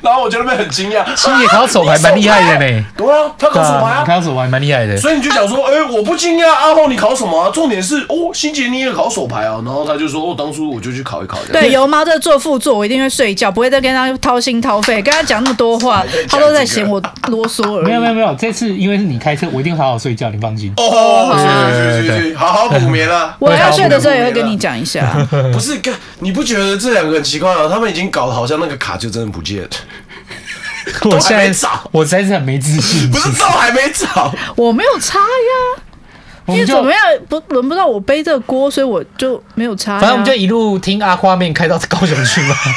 B: 然后我就那边很惊讶。 <laughs>
C: 其实也考手牌蛮厉害的呢。
B: 对啊，他考
C: 对
B: 手牌
C: 啊，
B: 啊
C: 你，考手牌蛮厉害的。
B: 所以你就想说，哎、我不惊讶，阿浩你考什么、啊？重点是，哦，新杰你也考手牌啊。然后他就说，哦，当初我就去考一考。这样
D: 对，油猫这做副座，我一定会睡觉，不会再跟他掏心掏肺，跟他讲那么多
B: <laughs>
D: 话，他都在嫌我啰嗦而已。
C: 没有没有没有，这次因为是你开车，我一定好好睡觉，你放心。
B: 哦，去去去去，好好补眠啊。
D: 啊我要睡的时候也会跟你讲一下。
C: 嗯
B: 不是，干，你不觉得这两个很奇怪吗？他们已经搞得好像那个卡就真的不见了， <laughs>
C: 我
B: 还
C: 现
B: 没
C: 在
B: 找
C: 我实在是很没自信
B: 不，是照还没找。
D: 我没有差呀，
C: 我
D: 因
C: 们
D: 为
C: 就
D: 怎么样啊不轮不到我背这个锅，所以我就没有差呀。
C: 反正我们就一路听阿夸面开到高雄去嘛。 <laughs>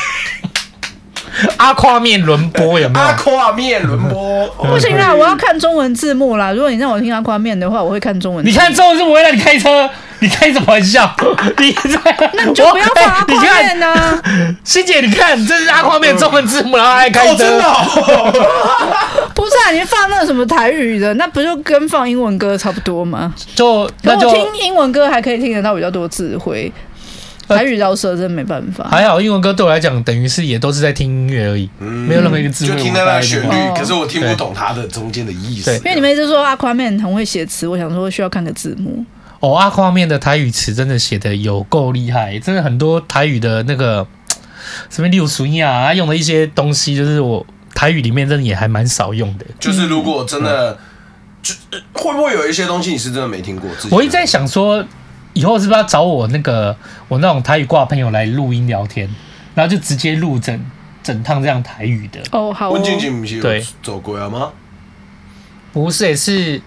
C: 阿夸面轮播有没有
B: 阿？跨面轮播，
D: 不行
C: 嗯
D: 啦，我要看中文字幕啦。如果你让我听阿宽面的话，我会看中文字
C: 你
D: 幕。
C: 看中文是不会让你开车，你开什么玩
D: <laughs>
C: 笑？你在那
D: 你就不要放阿
C: 哎你
D: 宽面啊嗯
C: 看，
D: 呐。
C: 欣姐，你看，这是阿夸面中文字幕，然后还开
B: 哦，真
C: 车
B: 的、。哦，
D: 不是啊，你放那个什么台语的，那不就跟放英文歌差不多吗？
C: 就
D: 可
C: 那
D: 我
C: 就
D: 听英文歌还可以听得到比较多智慧，
C: 呃
D: 台语饶舌真没办法。
C: 还好，英文歌对我来讲，等于是也都是在听音乐而已，没有任何一个字
B: 嗯就
C: 幕
B: 听到那
C: 我
B: 个
C: 在
B: 旋
C: 那边
B: 律，
D: 哦
B: 可是我听不懂它的中间的意思。
C: 对
D: 因为你们一直说阿宽面很会写词，我想说需要看个字幕。
C: 哦，阿夸面的台语词真的写的有够厉害，真的很多台语的那个什么六俗音啊，他用的一些东西，就是我台语里面真的也还蛮少用的。
B: 就是如果真
C: 嗯
B: 的，就呃会不会有一些东西你是真的没听过？自己
C: 我一直在想说，以后是不是要找我那个我那种台语挂的朋友来录音聊天，然后就直接录整整趟这样台语的。
D: 哦，好哦
B: 温静静不是有
C: 对
B: 走过了吗？
C: 不是、欸，是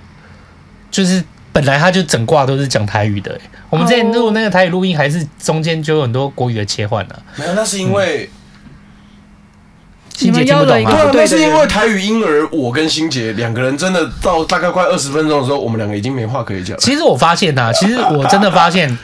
C: 就是本来他就整挂都是讲台语的、欸。我们之前录那个台语录音，还是中间就有很多国语的切换啊呢、
B: 没有，那是因为啊
C: 欣姐听不懂
D: 你们邀了
C: 吗
D: 一？
B: 那是因为台语婴儿，我跟欣姐两个人真的到大概快二十分钟的时候，我们两个已经没话可以讲了。
C: 其实我发现
B: <laughs>
C: 啊，其实我真的发现，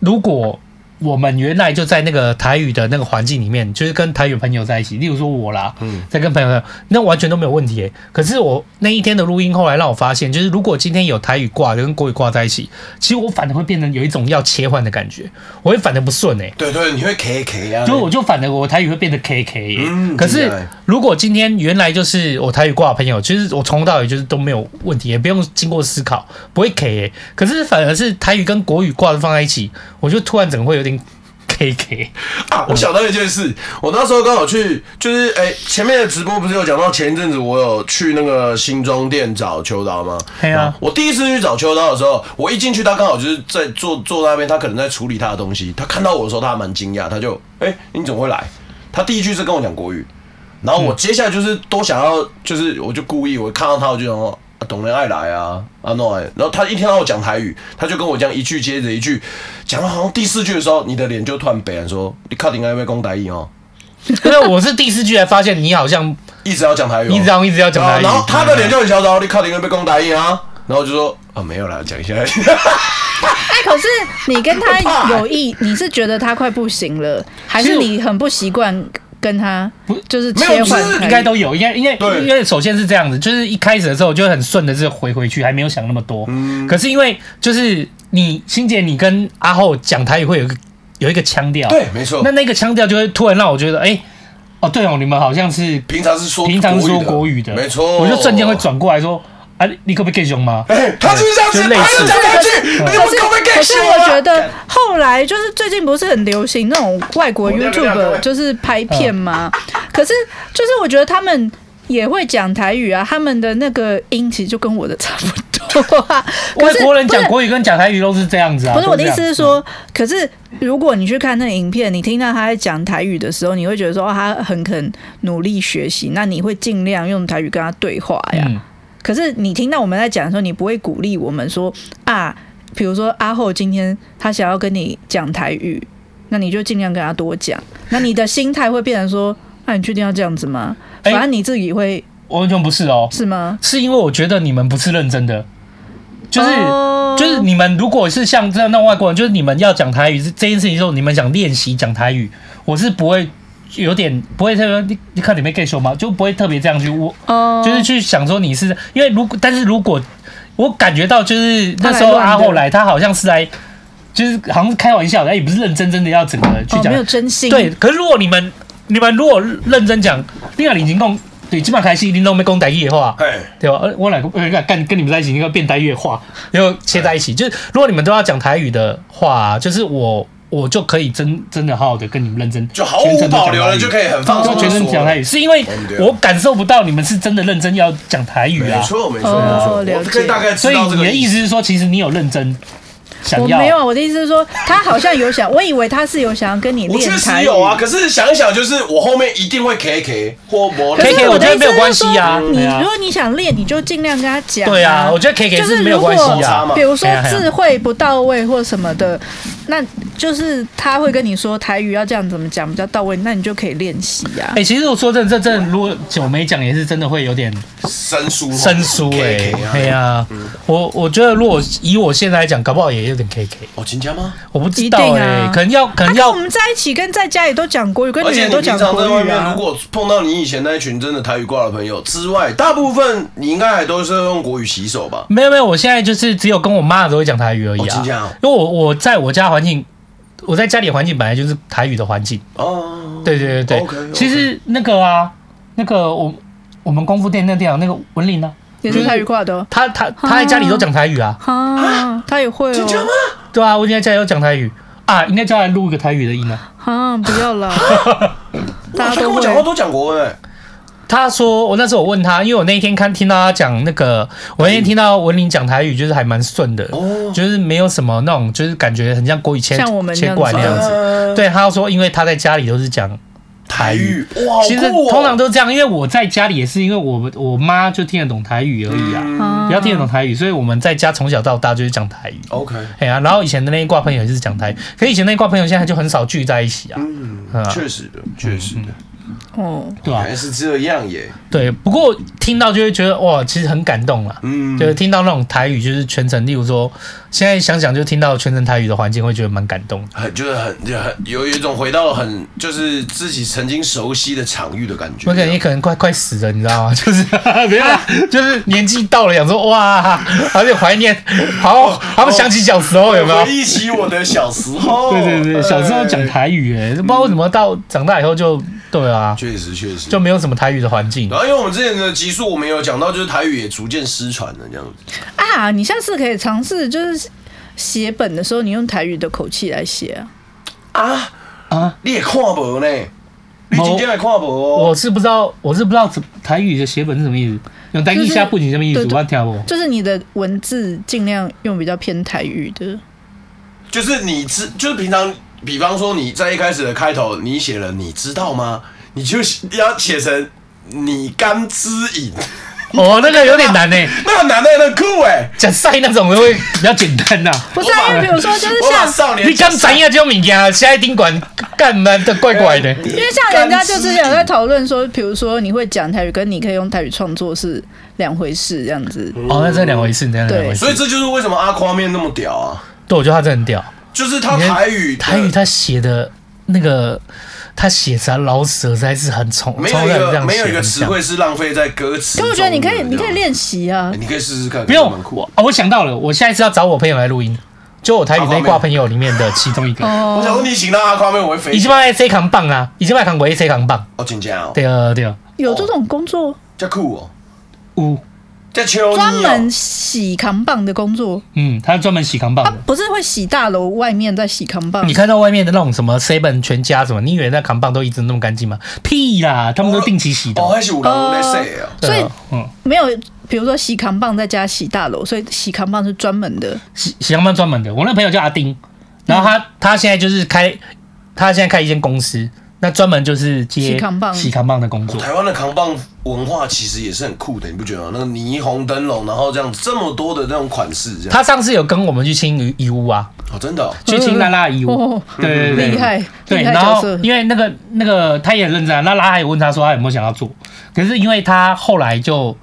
C: 如果我们原来就在那个台语的那个环境里面，就是跟台语朋友在一起，例如说我啦，
B: 嗯
C: 在跟朋友在，那完全都没有问题耶。可是我那一天的录音后来让我发现，就是如果今天有台语挂跟国语挂在一起，其实我反而会变成有一种要切换的感觉，我会反而不顺哎、
B: 对对，你会 K K 啊，
C: 就我就反而我台语会变得 K K 耶、
B: 嗯
C: 可
B: 真
C: 是
B: 的欸
C: 如果今天原来就是我台语挂的朋友，其实我从头到尾就是都没有问题，也不用经过思考，不会 K 耶、可是反而是台语跟国语挂的放在一起，我就突然整个会有点 K K。 <laughs>
B: 啊，我想到一件事，我那时候刚好去，就是哎、前面的直播不是有讲到前一阵子我有去那个新庄店找秋刀吗？
C: 嘿啊
B: 然后我第一次去找秋刀的时候，我一进去，他刚好就是在坐坐在那边，他可能在处理他的东西，他看到我的时候，他还蛮惊讶，他就哎、你怎么会来？他第一句是跟我讲国语，然后我接下来就是都想要，就是我就故意我看到他我就想说。啊董人爱来啊，啊诺爱，然后他一听到我讲台语，他就跟我这样一句接着一句，讲到好像第四句的时候，你的脸就突然北然说，你靠顶爱被攻台语哦，
C: 因为我是第四句才发现你好像
B: 一直要讲台语、哦，
C: 一直要一直要讲台语，
B: 然后他的脸就很嚣张，你靠顶爱被攻台语啊，然后我就说啊没有啦，讲一
C: <laughs>
B: 下，
D: 哎，可是你跟他有意，你是觉得他快不行了，还是你很不习惯跟他就是
B: 没有
D: 切换
B: 就
D: 台
B: 是
D: 语？
C: 应该都有，应该应该
B: 对
C: 因为首先是这样子，就是一开始的时候就很顺的是回回去，还没有想那么多。可是因为就是你欣姐，你跟阿后讲台语会有一个有一个腔调，
B: 对，没错
C: <laughs> 那，那个腔调就会突然让我觉得，哎、哦对哦，你们好像是
B: 平常是说
C: 平常说国语的，
B: 没错，
C: 我就瞬间会，转过来说，啊，你可不可以凶吗？
B: 哎，他是不是这样子？
C: 就类
B: 他
C: 似
B: 是讲台语，你
C: <laughs>
D: 可
B: 们
D: 是
B: 可不可以
D: 可是
B: 给
D: 我觉
B: 啊
D: 得后来就是最近不是很流行那种外国
B: 我这样这样这
D: YouTube
B: 样
D: 就是拍片吗？
C: 嗯
D: 可是就是我觉得他们也会讲台语啊，他们的那个音其实就跟我的差不多
C: <laughs>
D: 啊。可
C: 外
D: 是
C: 国人
D: 不是
C: 讲国语跟讲台语都是这样子啊，
D: 不是
C: 都
D: 我的意
C: 这
D: 思
C: 样
D: 是说，可是如果你去看那个影片，你听到他在讲台语的时候，你会觉得说、哦、他很肯努力学习，那你会尽量用台语跟他对话呀。
C: 嗯
D: 可是你听到我们在讲的时候，你不会鼓励我们说啊，比如说阿后今天他想要跟你讲台语，那你就尽量跟他多讲。那你的心态会变成说，那、你确定要这样子吗？
C: 哎
D: 反正你自己会、
C: 完全不是哦，
D: 是吗？
C: 是因为我觉得你们不是认真的，就是、
D: 哦
C: 就是你们如果是像这样那种外国人，就是你们要讲台语是这件事情之后，你们想练习讲台语，我是不会有点不会特别，你你看你没 get 修吗？就不会特别这样去我
D: 哦
C: 就是去想说你是因为如果但是如果我感觉到就是那时候
D: 他来乱的
C: 阿后来，他好像是来就是好像是开玩笑的，哎也不是认真真的要整个去
D: 哦，
C: 讲、
D: 没有真心
C: 对，可是如果你们你们如果认真讲，另外已经共对基本上开始已经都没共台语的话。
B: 哎，
C: 对吧？呃我两个呃干跟你们在一起，应该变台语的
D: <laughs>
C: 话，然后切在一起。就是如果你们都要讲台语的话，就是我我就可以真真的好好的跟你们认真，
B: 就毫无保留了，就可
C: 以。
B: 以很放
C: 就
B: 松
C: 全
B: 地
C: 身
B: 说
C: 讲台
B: 了
C: 语，是因为
B: 忘掉
C: 我感受不到你们是真的认真要讲台语
B: 没
C: 啊，
B: 错没错
D: 哦
B: 没错，
D: 了
B: 我
D: 解
B: 可以大概
C: 所
B: 知
C: 以
B: 道这
C: 你
B: 个
C: 的意
B: 思。
C: 思是说，其实你有认真想
D: 我
C: 要，
D: 没有啊，我的意思是说，他好像有想，我以为他是有想要跟你
B: 我
D: 练
B: 确
D: 台
B: 实
D: 语。
B: 有啊，可是想一想，就是我后面一定会 K K 或磨
D: 可是
C: K K，我
D: 我
C: 觉得
D: 的意
C: 没
D: 思
C: 有
D: 是
C: 关系啊，
D: 说你
C: 对啊
D: 如果你想练，你就尽量跟他讲、
C: 对啊，我觉得 K
D: 就
C: K
D: 是
C: 是没有关
D: 如
C: 系
D: 果
C: 啊，
D: 比如说
C: 哎呀哎呀
D: 智慧不到位或什么的，那就是他会跟你说台语要这样怎么讲比较到位，那你就可以练习啊呀
C: 哎、。其实我说真的，这真的如果久没讲，也是真的会有点
B: 生疏哦
C: 生疏哎、
B: K K。
C: 欸
B: 啊
C: 对呀、我我觉得如果以我现在来讲，搞不好也有点 K K，
B: 哦，请假吗？
C: 我不知道哎、
D: 一定啊
C: 可能要可
D: 他
C: 能
D: 跟
C: 要
D: 我们在一起，跟在家里都讲国语，跟
B: 而
D: 女
B: 且
D: 人
B: 你
D: 都
B: 平
D: 讲
B: 常在
D: 国
B: 外
D: 语
B: 面，如
D: 啊。
B: 果碰到你以前那一群真的台语挂的朋友之外，大部分你应该还都是用国语洗手吧？
C: 没有没有，我现在就是只有跟我妈都会讲台语而已
B: 哦
C: 啊
B: 真，假哦
C: 因为我我在我家环境，我在家里环境本来就是台语的环境，
B: 哦，
C: 对对对对
B: OK，OK
C: 其实那个啊，那个我我们功夫店那店长那个文林呢、
D: 也
B: 嗯
D: 是台语挂的哦
C: 他他他在家里都讲台语啊，
D: 啊，他也会
B: 请假吗
D: 哦。？
C: 对啊，我今天在家里都讲台语啊，应该叫他录一个台语的音啊。
D: 啊，不要啦，大
B: 哇
D: 家
B: 他
D: 都
B: 跟我
D: 会
B: 讲话。都讲国文哎，
C: 他说，我那时候我问他，因为我那一天看听到他讲那个，我那天听到文林讲台语，就是还蛮顺的，
B: 哦
C: 就是没有什么那种，就是感觉很像国语切
D: 像我们
C: 切过来
D: 这
C: 那
D: 样
C: 样
D: 子
C: 子。
B: 呃，
C: 对，他说，因为他在家里都是讲
B: 台语，哇，
C: 其实
B: 好酷哦
C: 通常都这样，因为我在家里也是，因为我们我妈就听得懂台语而已
B: 嗯
C: 啊，比较听得懂台语，所以我们在家从小到大就是讲台语。
B: OK，
C: 哎呀，然后以前的那一挂朋友也是讲台语，可以前那一挂朋友现在就很少聚在一起啊，嗯啊嗯
B: 确实的，确实的，
D: 哦，
C: 对啊吧、
B: 原来是这样耶，
C: 对，不过听到就会觉得哇，其实很感动啦。
B: 嗯，
C: 就是听到那种台语，就是全程，例如说，现在想想就听到全程台语的环境，会觉得蛮感动的。
B: 很就是很就很有有一种回到很就是自己曾经熟悉的场域的感觉。
C: 我感觉可能快快死了，你知道
B: <laughs>
C: 吗？ <laughs> 就是没有啦，就是年纪到了，想说哇，而且怀念，好好想起小时哦候有没有
B: 哦回？忆起我的小时候，
C: <laughs> 对对对，小时候讲
B: 哎，
C: 台语，哎，不知道为什么到长大以后就对啊，
B: 确实确实
C: 就。没有什么台语的环境
D: 啊
B: 然。后，因为我们之前的集数，我们有讲到，就是台语也逐渐失传了，这样子。
D: 啊，你下次可以尝试，就是写本的时候，你用台语的口气来写啊。
B: 啊
C: 啊！
B: 你也看无呢？你今天也看无
C: 我
B: 哦？
C: 是不知道，我是不知道怎台语的写本是什么意思，用台语写不仅什么意思，
D: 就是对对
C: 我听不懂。
D: 就是你的文字尽量用比较偏台语的，
B: 就是你知，就是平常，比方说你在一开始的开头，你写了你知道吗？你就要写成你甘之饮，
C: 哦，那个有点难呢，
B: <laughs> 那很难的，很酷哎。
C: 讲赛那种的会比较简单
D: <laughs>
C: 呐。
D: 不是啊？因为比
B: <laughs>
D: 如说就是
B: 我把
D: 像，
B: 少年，
C: 你刚怎样这种物件，现在宾馆干嘛的怪怪的。
D: 因为像人家就之前有在讨论说，比如说你会讲台语，跟你可以用台语创作是两回事，这样子。
C: 哦，那这两回事，那这两回事。
B: 所以这就是为什么阿夸面那么屌啊，
C: 对，我觉得他真的很屌。
B: 就是他台语的
C: 台语他写的那个，他写词啊老舍实在是很从
B: 没
C: 从
B: 有一
C: 来这
B: 个
C: 样
B: 没有
C: 写
B: 一个
C: 很
B: 词
C: 像
B: 汇是浪费在歌词。
D: 可我觉得你可以，
C: 嗯
D: 你可以，练习啊
B: 哎。你可以试试看，
C: 不用
B: 蛮酷
C: 我。哦，我想到了，我下一次要找我朋友来录音，就我台语那一挂朋友里面的其中一个。
B: 我想
D: 哦，
B: 说你请到阿夸面，我会飞
C: 已。经卖 C 扛棒啊，已经卖扛过 C 扛棒。
B: 哦，请假哦，
C: 对啊对啊，
D: 有这种工作，
B: 叫酷哦，
C: 呜，
B: 叫秋
D: 专门洗扛棒的工作，
C: 嗯，他专门洗扛棒
D: 他
C: 的。
D: 不是会洗大楼外面在洗扛棒
C: 你。看到外面的那种什么 seven 全家什么，你以为那扛棒都一直那么干净吗？屁啦，他们都定期洗的。
B: 哦，还是有人在说
D: 呃
B: 哦。
C: 对啊
D: 所以，
C: 嗯，
D: 没有，比如说洗扛棒在家洗大楼，所以洗扛棒是专门的。
C: 洗洗香棒专门的。我那朋友叫阿丁，然后
D: 嗯
C: 他、他现在就是开，他现在开一间公司，那专门就是接
D: 洗扛棒哦
C: 洗扛棒的工作。
B: 台湾的扛棒文化其实也是很酷的，你不觉得吗？那个霓虹灯笼，然后这样这么多的那种款式，这样
C: 他上次有跟我们去清鱼义乌啊，
B: 哦，真的哦
C: 去清拉拉义乌，
D: 哦，
C: 对对嗯对，
D: 厉害，
C: 对，
D: 厉害
C: 然
D: 角
C: 后
D: 色。
C: 因为那个那个他也很认真、啊，那拉还有问他说他有没有想要做，可是因为他后来就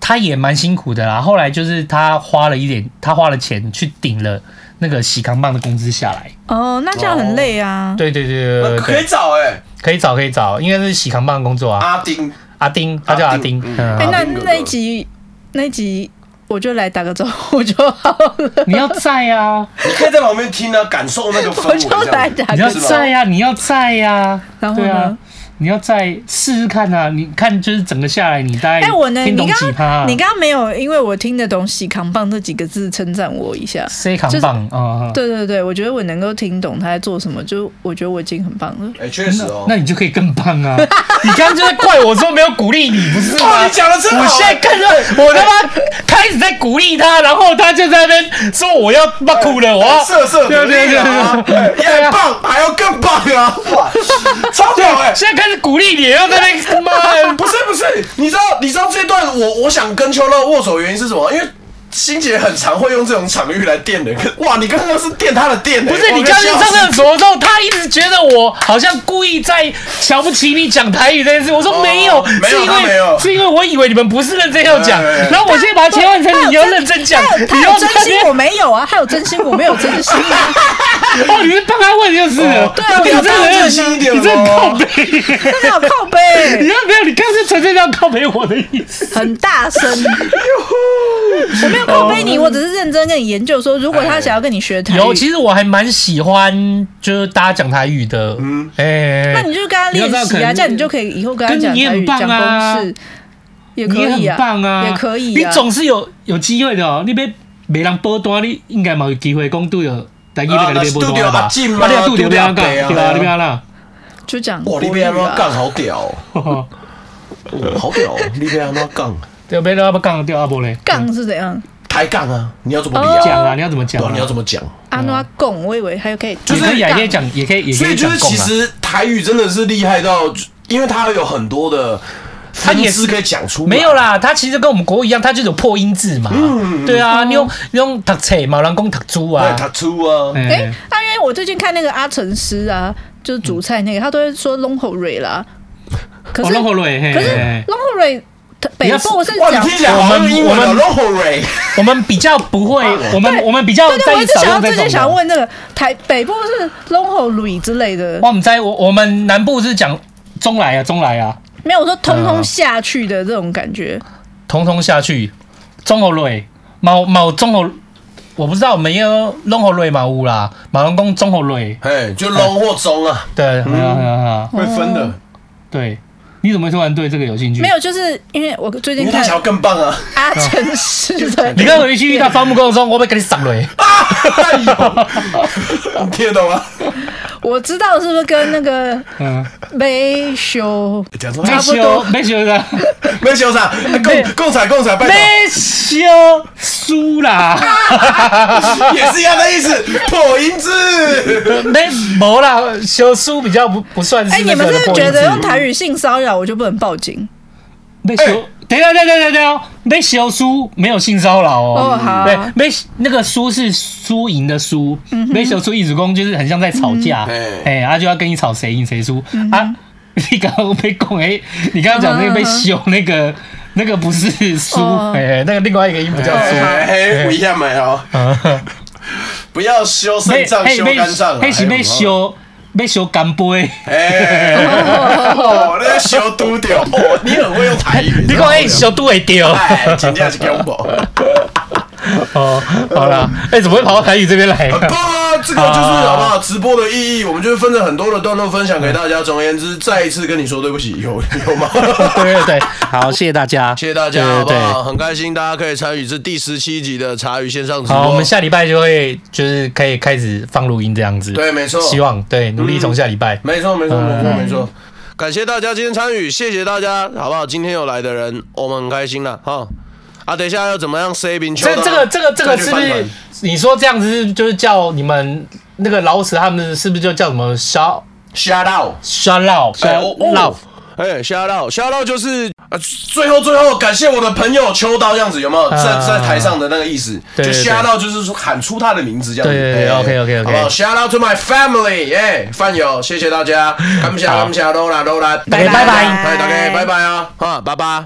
C: 他也蛮辛苦的啦，后来就是他花了一点，他花了钱去顶了那个洗扛棒的工资下来。
D: 哦，那这样很累啊。
C: 对对对对
B: 那
C: 呃对
B: 可以
C: 对，
B: 找哎，
C: 可以找可以找，应该是洗扛棒的工作啊。
B: 阿丁，
C: 阿丁，他叫阿丁，
B: 阿丁
C: 嗯
D: 哎、
B: 嗯
D: 那
B: 丁哥哥
D: 那一集那一集我就来打个招呼就好
C: <laughs>
D: 了，
C: 你要在啊，
B: 你可以在旁边听啊，感受那个氛
D: <laughs> 我
B: 围，
D: 就
B: 这
D: 来
B: 样子
D: 打
C: 你要
D: 个招呼。
C: 在啊，你要在呀，
D: 然后
C: 对啊
D: 呢，
C: 你要在试试看啊，你看就是整个下来，你大概
D: 哎、我呢？
C: 听
D: 你
C: 懂几
D: 刚
C: 趴啊
D: 刚你刚刚没有，因为我听得懂“喜扛棒”这几个字，称赞我一下。
C: C 扛棒啊，嗯
D: 对对对，我觉得我能够听懂他在做什么，就我觉得我已经很棒
C: <laughs>
D: 了。
B: 哎，确实哦
C: 那。你就可以更棒
D: <laughs>
C: 啊！你刚刚就是怪我说没有鼓励你，不是
B: 哦
C: 吗？
B: 你讲得真好哎
C: 我现在看到我他妈开始在鼓励他，然后他就在那边说我要不哭
B: 哦
C: 了，我要
B: 色色
C: 对
B: 的
C: 对
B: 力
C: 对
B: 啊，
C: 对
B: 哎
C: 对，对
B: 也
C: 啊
B: 很棒，还要更棒啊！哇，超屌哎！
C: 现在开始鼓励你，然后在那边他妈
B: 不是不是，你知道你知道这段我我想跟秋乐握手的原因是什么？因为欣姐很常会用这种场域来电人。可哇，你刚刚是电她的电、欸，
C: 不是你刚去上厕所的时候，他一直觉得我好像故意在瞧不起你讲台语这件事。我说没有，
B: 哦没
C: 是
B: 有
C: 因
B: 他没有
C: 为是因为我以为你们不是认真要讲
B: 哎哎哎，
C: 然后我现在把它切换成你要认真讲，
D: 他有
C: 你
D: 他
C: 要
D: 有
C: 在
D: 真
C: 那
D: 心
C: 边
D: 我没
C: <laughs>
D: 有啊，他有真心我没有真心啊。
C: 哦，你是帮他问就是了。
D: 对啊
C: 你
B: 要
C: 这个
B: 当
C: 人
B: 正经一点
C: 你这个
B: 咯
C: 靠背。
D: 真的好靠
C: <laughs> 你
D: 背，
C: 要没有，你刚是纯粹要靠背我的意思。
D: 很
C: <laughs>
D: 大声。我没有靠背你，
C: 哦
D: 我只是认真跟你研究说，如
C: 哎
D: 果他想要跟你学台语，
C: 有，其实我还蛮喜欢，就是大家讲台语的。嗯，哎，
D: 那你就跟他练
C: 你要知道可
D: 习啊，
C: 能
D: 这样你就可以以后跟他讲
C: 跟你
D: 台语、
C: 很棒
D: 讲
C: 啊
D: 公式，也可
C: 你
D: 以啊，
C: 很棒啊，
D: 也可以、
C: 你
D: 啊。
C: 总是有有机会的哦，你被没人报单，你应该嘛有机会讲对了。台语要给你被报单了吧？
B: 啊那
C: 你要
B: 拄
C: 对
B: 到
C: 着
B: 阿进啊
C: 要讲，对
B: 拄到阿伯啊
C: 啊，你不要啦。 <laughs>
D: 就讲
B: 哇，
D: 国
B: 你
D: 语
B: 被安
D: 啊
B: 怎，杠好屌、哦，好屌、哦，你被安怎杠？
C: 对，被阿伯讲，对阿伯嘞。
D: 杠是怎样？
B: 抬杠啊，你要怎么理
D: 哦
B: 啊？
C: 讲啊，你要怎么讲
B: 对啊
C: 啊？
B: 你要怎么讲？
D: 阿
C: 哦
D: 诺贡，我以为还可以，
B: 就是
C: 也可以啊，也可以讲，也可以，也
B: 所
C: 可
B: 以就
C: 讲
B: 是
C: 共
B: 其
C: 啊。
B: 实台语真的是厉害到，因为它有很多的，它
C: 也
B: 是可以讲出来
C: 没有啦，它其实跟我们国语一样，它就是有破音字嘛。对啊，你用你用读册嘛，人讲读书
B: 对，
C: 啊。
B: 他出啊，
C: 哎
D: 哎，啊，因为我最近看那个阿成师啊，就是煮菜那个，他都会说龙吼瑞啦。可
C: 哦
D: 是
C: 弄
D: 龙
C: 后瑞，嘿
D: 可是
C: 嘿嘿
D: 吼瑞，他北
C: 你要
D: 部是
B: 哇，
D: 讲
B: 你听起来好像英文
C: 我
B: 的欸
C: 们
B: Rory，
C: 我们比较不会，我们我们比较
D: 对对，
C: 在
D: 我
C: 意
D: 一直
C: 少
D: 想
C: 用
D: 要
C: 这
D: 最
C: 种
D: 近想要
C: 的。
D: 问这个台北部是龙吼瑞之类的，
C: 我们在我我们南部是讲中来啊，中来啊，
D: 没有我说通
C: 嗯
D: 通下去的这种感觉。
C: 统统下去，中后瑞，某某中后，我不知道没有龙后瑞嘛有啦，马龙公中后瑞，
B: 哎，就 long 或中啊，
C: 对，很好很好很好，
B: 会分的，
C: 对，你怎么会突然对这个有兴趣？
D: 没有，就是因为我最
B: 因
D: 近
B: 为他
D: 看
B: 想要更棒啊，
D: 阿成
C: <laughs>
D: 师的，
C: 你刚回去遇到伐木工的时候，我被给你
D: <laughs>
C: 闪雷。
B: 哎 <laughs> 呦，你听得懂吗？
D: 我知道是不是跟那个
C: 嗯，
D: 梅修
B: 讲错，
C: 没
D: 差不
C: 修
D: 多
C: 没修的，
B: 没修上，哎共共产共产拜托，
C: 没修输啦，
B: 也是一样的意思，破音字，
C: <laughs> 没没啦，修输比较不不算
D: 哎，
C: 是
D: 你
C: 那
D: 们
C: 个的
D: 是不是
C: 破
D: 觉
C: 音
D: 得用
C: 字。
D: 台语性骚扰我就不能报警？
C: 没修，等一下等一下等一下等一下哦，没修输没有性骚扰
D: 哦
C: 哦。
D: 好
C: 对，没那个输是输赢的输，
D: 嗯
C: 没修输一主公就是很像在吵架，
B: 嗯
C: 哎，他就要跟你吵谁赢谁输
D: 嗯
C: 啊。 <laughs> 你刚刚被攻哎，你刚刚讲那个被修那个那个不是输
D: 哦
C: 哎，那个另外一个音不叫输。
B: 哎，哎不一样没哦，不要修肾脏，修肝脏啊，
C: 那是
B: 哎
C: 要，修要修干杯。
B: 哎，哦，那个修都掉，哦， <laughs> 你很会用台语，
C: <laughs> 你讲哎，修都会丢。
B: 哎，真正是恐怖。
C: 哦，好啦，哎，怎么会跑到台语这边
B: <laughs>
C: <laughs> 来？
B: 不，啊这个就是好不好？直播的意义，我们就是分成很多的段落分享给大家。总而言之，再一次跟你说对不起，有 <laughs> 有吗？
C: 对对对，好，谢谢大家，
B: 谢谢大家，
C: 对
B: 好不
C: 对对
B: 好？很开心大家可以参与这第十七集的茶语线上直播。
C: 好，我们下礼拜就会就是可以开始放录音这样子。
B: 对，没错，嗯
C: 希望对努力从下礼拜。
B: 没错，没错，没
C: 嗯
B: 错，没错。感谢大家今天参与，谢谢大家，好不好？今天有来的人，我们很开心了，哈。啊，等一下要怎么样 saving 球
C: 这
B: 呢？
C: 这个这个这个是不
B: 再去翻
C: 是
B: 盘
C: 你说这样子是就是叫你们那个老死他们是不是就叫什么 shout
B: shout out？
C: shout out shout
B: 哦
C: out？
B: 哎，瞎唠瞎唠就是啊，最后最后感谢我的朋友秋刀，这样子有没有？在在台上的那个意思，
C: 啊对
B: 就
C: 对对
B: 瞎唠就是说喊出他的名字这样子。哎
C: 对对对 OK，OK，OK
B: 好不好？Shout out to my family，哎，饭友，谢谢大家，感谢感谢，都啦都啦，
C: 大家拜拜
B: 哎，大家拜拜啊，啊，拜拜。